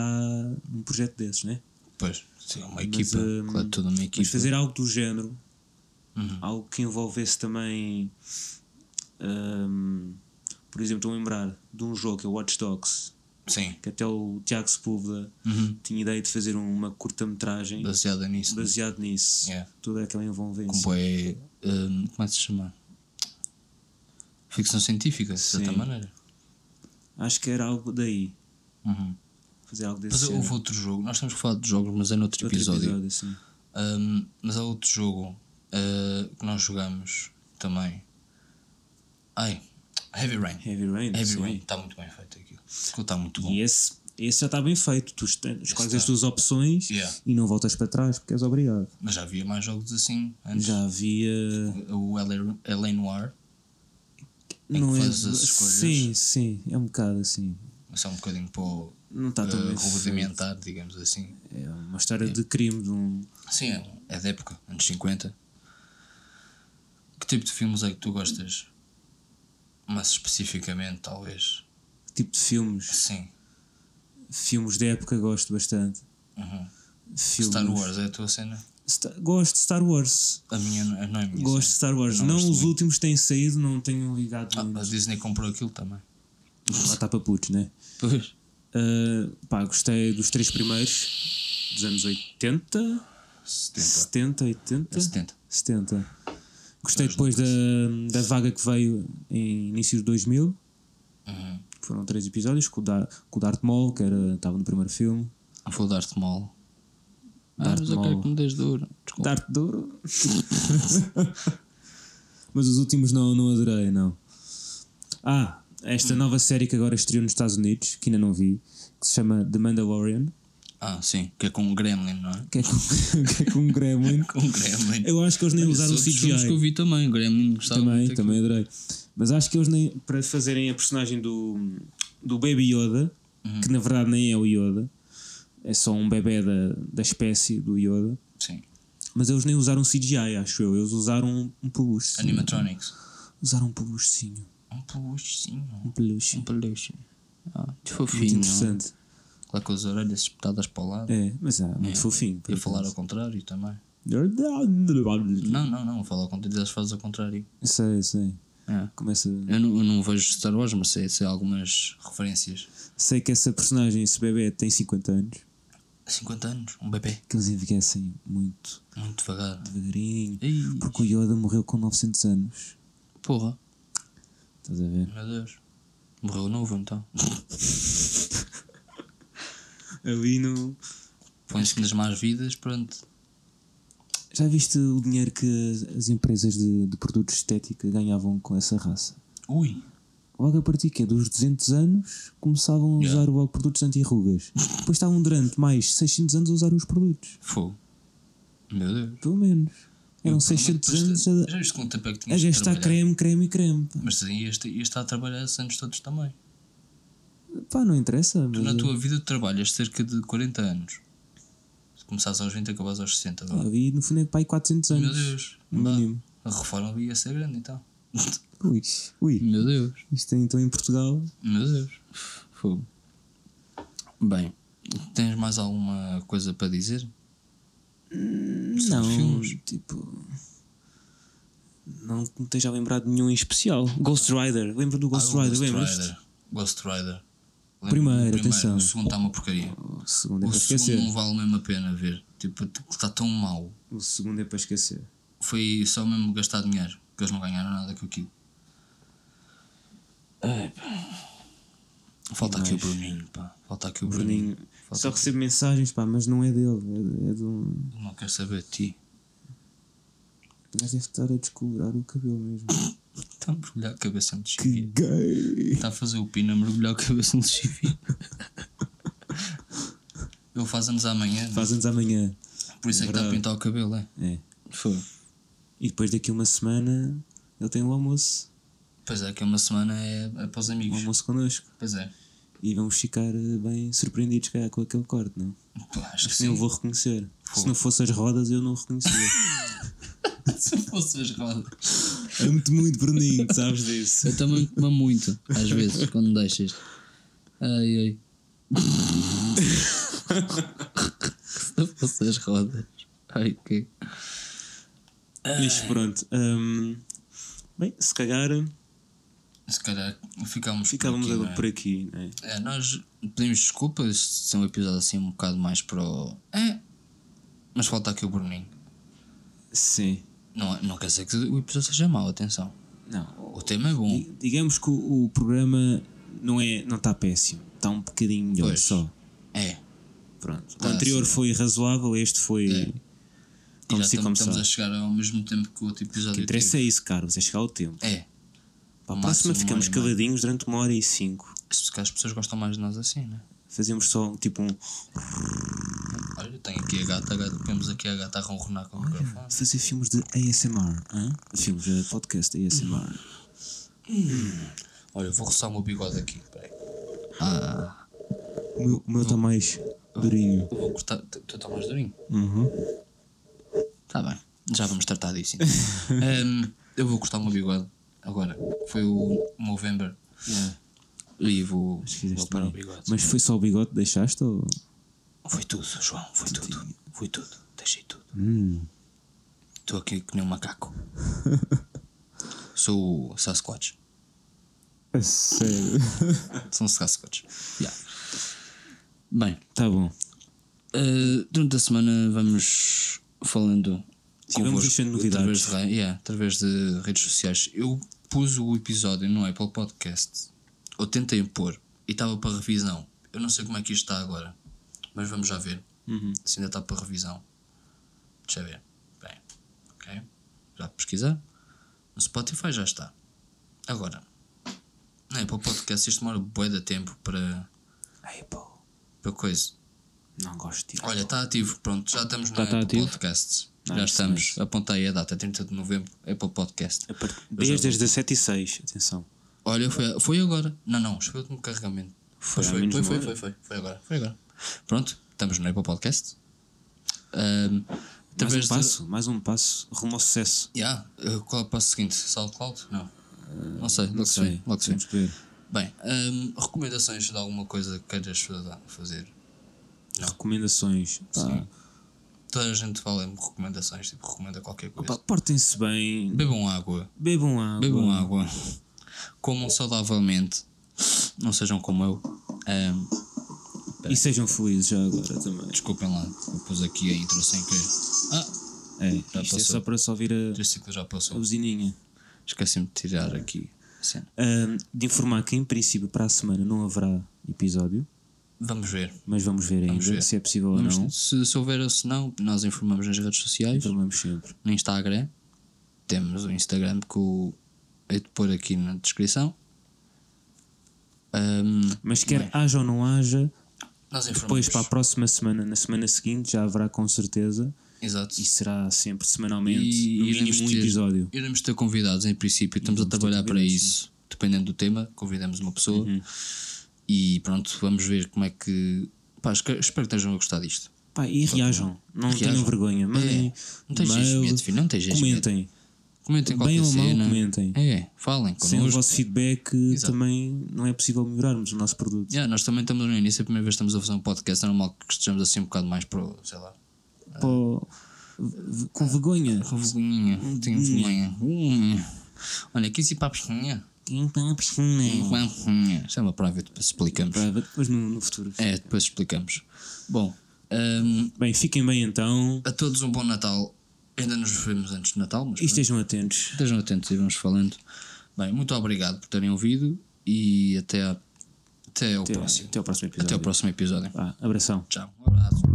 num projeto desses, né? Pois, sim, uma equipa, hum, claro, toda uma equipa. Mas fazer algo do género, é. Uhum. algo que envolvesse também. hum, por exemplo, estou a lembrar de um jogo que é o Watch Dogs, Sim, que até o Tiago Sepúlveda Uhum. tinha ideia de fazer uma curta-metragem baseada nisso. né? baseado nisso. Yeah. Toda aquela Com envolvência. bué, hum, como é que se chama? Ficção científica, de certa Sim. maneira. Acho que era algo daí. Uhum. Fazer algo desse Mas género. houve outro jogo, nós temos que falar de jogos, mas é noutro Outro episódio. episódio, assim. sim. Um, mas há outro jogo uh, que nós jogamos também. Ai, Heavy Rain. Heavy Rain. Heavy sim. Tá Rain, está tá muito bem feito aquilo. Aquilo está muito bom. E esse Esse já está bem feito. Tu este- escolhes Esse tá. as tuas opções Yeah. e não voltas para trás porque és obrigado. Mas já havia mais jogos assim antes. é- Já havia. O LA, LA Noir, em não que é- fazes as escolhas. Sim, sim, é um bocado assim. só um bocadinho para o Não está tão eh, bem feito. rudimentar, digamos assim. É uma história de crime. De um... Sim, é- é da época, anos 50. Que tipo de filmes é que tu gostas? Mas especificamente, talvez. Que tipo de filmes? Sim. Filmes de época gosto bastante. Uhum. Filmes... Star Wars é a tua cena? Sta- Gosto de Star Wars. A minha não não é a minha. Gosto de cena. Star Wars. Não Não, gosto os muito. últimos têm saído, não tenho ligado. Ah, muito. a Disney comprou aquilo também. Lá está para putos, né? Pois. Uh, pá, gostei dos três primeiros dos anos 80, 70. 70, 80, É 70. 70. Gostei depois Dois da, da vaga que veio em início de 2000, Uhum. que foram três episódios, com o, Dar, com o Darth Maul, que era- estava no primeiro filme. Vou dar-te mal. Darth mas eu Maul. quero que me dês duro. Desculpa. Darth Douro. Mas os últimos não, não adorei, não. Ah, esta Uhum. nova série que agora estreou nos Estados Unidos, que ainda não vi, que se chama The Mandalorian, Ah, sim. Que é com o Gremlin, não é? que é com, que é com um gremlin. Com o Gremlin. Eu acho que eles nem usaram o Esses outros filmes que eu CGI. vi também. O Gremlin gostava Também, muito daquilo. também adorei. Mas acho que eles nem. Para fazerem a personagem do, do Baby Yoda, Uhum. que na verdade nem é o Yoda, é só um bebê da, da espécie do Yoda. Sim. Mas eles nem usaram CGI, acho eu. Eles usaram um, um peluche. Animatronics. Usaram um peluchezinho. Um peluchinho. Um peluche. Um peluche. Ah, Muito de fofinho. interessante. Lá com as orelhas espetadas para o lado. É, mas é muito fofinho. por Eu falar ao acaso. contrário também. Não, não, não. Falar ao contrário. Eles fazem ao contrário. Sei, sei. É. Começa. Eu não, eu não vejo Star Wars, mas sei, sei algumas referências. Sei que essa personagem, esse bebê, tem 50 anos. 50 anos, um bebê, Que eles envelhecem muito muito devagar. devagarinho. Ei, Porque o Yoda morreu com 900 anos. porra, Estás a ver? meu Deus. Morreu novo então. Ali no. Põe-se nas más vidas, pronto. Já viste o dinheiro que as- as empresas de, de produtos estética ganhavam com essa raça? Ui, Logo a partir que é dos 200 anos começavam a Yeah. usar logo produtos anti-rugas. Depois estavam durante mais 600 anos a usar os produtos. fogo. Meu Deus. Pelo menos. Eram Eu, 600 mas anos tu- a, Já viste quanto tempo é que a tinhas de gastar trabalhar? creme, creme e creme. pá. Mas aí este, este está a trabalhar esses anos todos também. Pá, não interessa. Tu Mas, na tua vida trabalhas cerca de 40 anos. Se começares aos 20, acabas aos 60. vá. ah, e no fundo é pá, aí 400 anos. Meu Deus. No vá. mínimo. A reforma ia ser grande então. Ui, ui. Meu Deus. Isto é então em Portugal. Meu Deus. Fogo. Bem, tens mais alguma coisa para dizer? Não, filmes? tipo. Não que me esteja a lembrar de nenhum em especial. Ghost Rider, lembra do Ghost Ah, o Rider? Ghost Lembras? Rider. Ghost Rider. Lembro-me do Primeiro, atenção. O segundo está uma porcaria. O segundo é O para segundo não esquecer. vale mesmo a pena ver. Tipo, está tão mal. O segundo é para esquecer. Foi só mesmo gastar dinheiro. Que eles não ganharam nada com aquilo. Falta aqui o Bruninho, pá. Falta aqui o Bruninho. Bruninho, só recebo mensagens, pá, mas não é dele. É, é de um. Não quero saber de ti. O gajo deve estar a descolorar o cabelo mesmo. Está Tá a mergulhar a cabeça no que chiquinho. gay! Está a fazer o pino a mergulhar a cabeça um no chifi. Ele faz anos amanhã, Faz anos amanhã. por isso é que está a pintar o cabelo, é? É. Foi. E depois daqui uma semana ele tem o almoço. Pois é, que uma semana é, é para os O amigos. almoço connosco. Pois é. E vamos ficar eh, bem surpreendidos calhar, com aquele corte, não? Pô, acho que Sim. Eu sim. vou reconhecer. Se não fosse as rodas, eu não reconhecia. Se fosse as rodas. Amo-te muito, Bruninho, tu sabes disso. Eu também como muito, às vezes, quando deixas. Ai ai. Se não fosse as rodas. Ai que. Mas pronto. hum, bem, se calhar Se calhar ficámos ficávamos por aqui, agora não é? por aqui, né? É, nós pedimos desculpas se é um episódio assim um bocado mais para o. É. Mas falta aqui o Bruninho. Sim. Não, é, não quer dizer que o episódio seja mau, atenção. Não. O tema é bom. di- Digamos que o, o programa não é não está péssimo. Está um bocadinho melhor Pois. só. É. Pronto. Tá, o anterior sim. É. foi razoável, este foi. E Como já se tam- estamos começar. a chegar ao mesmo tempo que o outro O que episódio. interessa é isso, Carlos, é chegar ao tempo. teve. É. Para a Máximo próxima uma ficamos hora e meia. caladinhos durante uma hora e cinco. Se calhar as pessoas gostam mais de nós assim, né? Fazíamos só um tipo um. Olha, tenho aqui a gata, a gata temos aqui a gata a ronronar com o microfone. Fazer filmes de ASMR. Hã? Filmes de podcast ASMR. Olha, vou roçar o meu bigode aqui. Peraí. O meu- o meu está mais durinho. Eu vou cortar. Tu tu está mais durinho? Uhum. Está bem, já vamos tratar disso. então. Ahm, eu vou cortar o meu bigode agora. Foi o Movember. E vou, vou Fizeste parar o bem. bigode. Mas foi só o bigode que deixaste ou. Foi tudo, João, foi tudo. Foi tudo, deixei tudo. Hum. Estou aqui que nem um macaco. Sou o Sasquatch. A É sério. São Sasquatch. Yeah. Bem, Tá bom. eh, durante a semana vamos falando. Sim, vamos convosco deixando através novidades. de, re- yeah, através de redes sociais. Eu pus o episódio no Apple Podcast, ou tentei pôr, e estava para revisão. Eu não sei como é que isto está agora, mas vamos já ver Uhum. se ainda está para revisão. Deixa eu ver. Bem, ok. Já pesquisar. No Spotify já está. Agora, na Apple Podcast isto demora bué de tempo para, Apple. para coisa. Não gosto de Olha, está ativo, pronto, já estamos no Tá- tá Apple ativo? Ah, Podcasts. já Nice, estamos, nice. apontei aí a data, 30 de novembro, Apple Podcast. Desde as 17 e 6, atenção. Olha, foi, foi agora. Não, não, isto foi o último carregamento. Foi, à foi, menos foi, uma foi, hora. foi, foi, foi agora, foi agora. Pronto, estamos no Apple Podcast. Ahm, Mais um através de- passo, mais um passo rumo ao sucesso. Ya, eh, qual é o passo seguinte? SoundCloud? Não. não sei, logo se vê. Eh, Sei, Logo se vê. vamos ver. Bem, ahm, recomendações de alguma coisa que queiras fa- fazer? Recomendações. Pá. Sim. Toda a gente fala em recomendações, tipo, recomenda qualquer coisa. Pá, Portem-se bem, Bebam água. bebam água. Bebam água. Comam saudavelmente. Não sejam como eu. Ahm, E sejam felizes já agora também. desculpem lá, eu pus aqui a intro sem querer. Ah, É, Já isto é passou. só para só ouvir a, este ciclo já a passou. buzininha. Esqueci-me de tirar aqui a cena. Ahm, de informar que, em princípio, para a semana não haverá episódio, Vamos ver. mas vamos ver ainda ver. se é possível Vamos- ou não. se, se houver ou se não, nós informamos nas redes sociais. Informamos sempre. no Instagram. Temos o Instagram que eu hei de pôr aqui na descrição. Ahm, Mas quer haja ou não haja, nós informamos. depois para a próxima semana, na semana seguinte, já haverá com certeza. Exato. E será sempre semanalmente, E no iremos mínimo um ter- episódio. Iremos ter convidados em princípio. Estamos a Vamos ter trabalhar para convidados, Uhum. isso. Dependendo do tema, convidamos uma pessoa. E pronto, vamos ver como é que. Pá, esque- espero que estejam a gostar disto. Pá, e reajam, não Reajam. É. tenham vergonha. Mandem Não tens mail, medo, filho. Não tens medo. comentem. Bem Comentem qualquer ou mal, cena. comentem. É, falem Sem o connosco. vosso feedback, eh, também não é possível melhorarmos o nosso produto. Yeah, nós também estamos no início. A primeira vez que estamos a fazer um podcast. É normal que estejamos assim um bocado mais pro, sei lá, Pô, v- com vergonha. Ah. Com vergonhinha, Um tenho vergonha. Vergonha. Olha, 15 papos. vergonha. Quem está a piscina? Vergonha. Chama para ver, depois explicamos. Brava, depois no, no futuro. É, depois explicamos. Bom, hum, Bem, fiquem bem então a todos um bom Natal. Ainda nos vemos antes de Natal, mas e estejam atentos. estejam atentos e vamos falando. Bem, muito obrigado por terem ouvido e até, a- até ao Até, próximo. Tá. até ao próximo episódio. Até ao próximo episódio. Vá, abração. Tchau. Um abraço.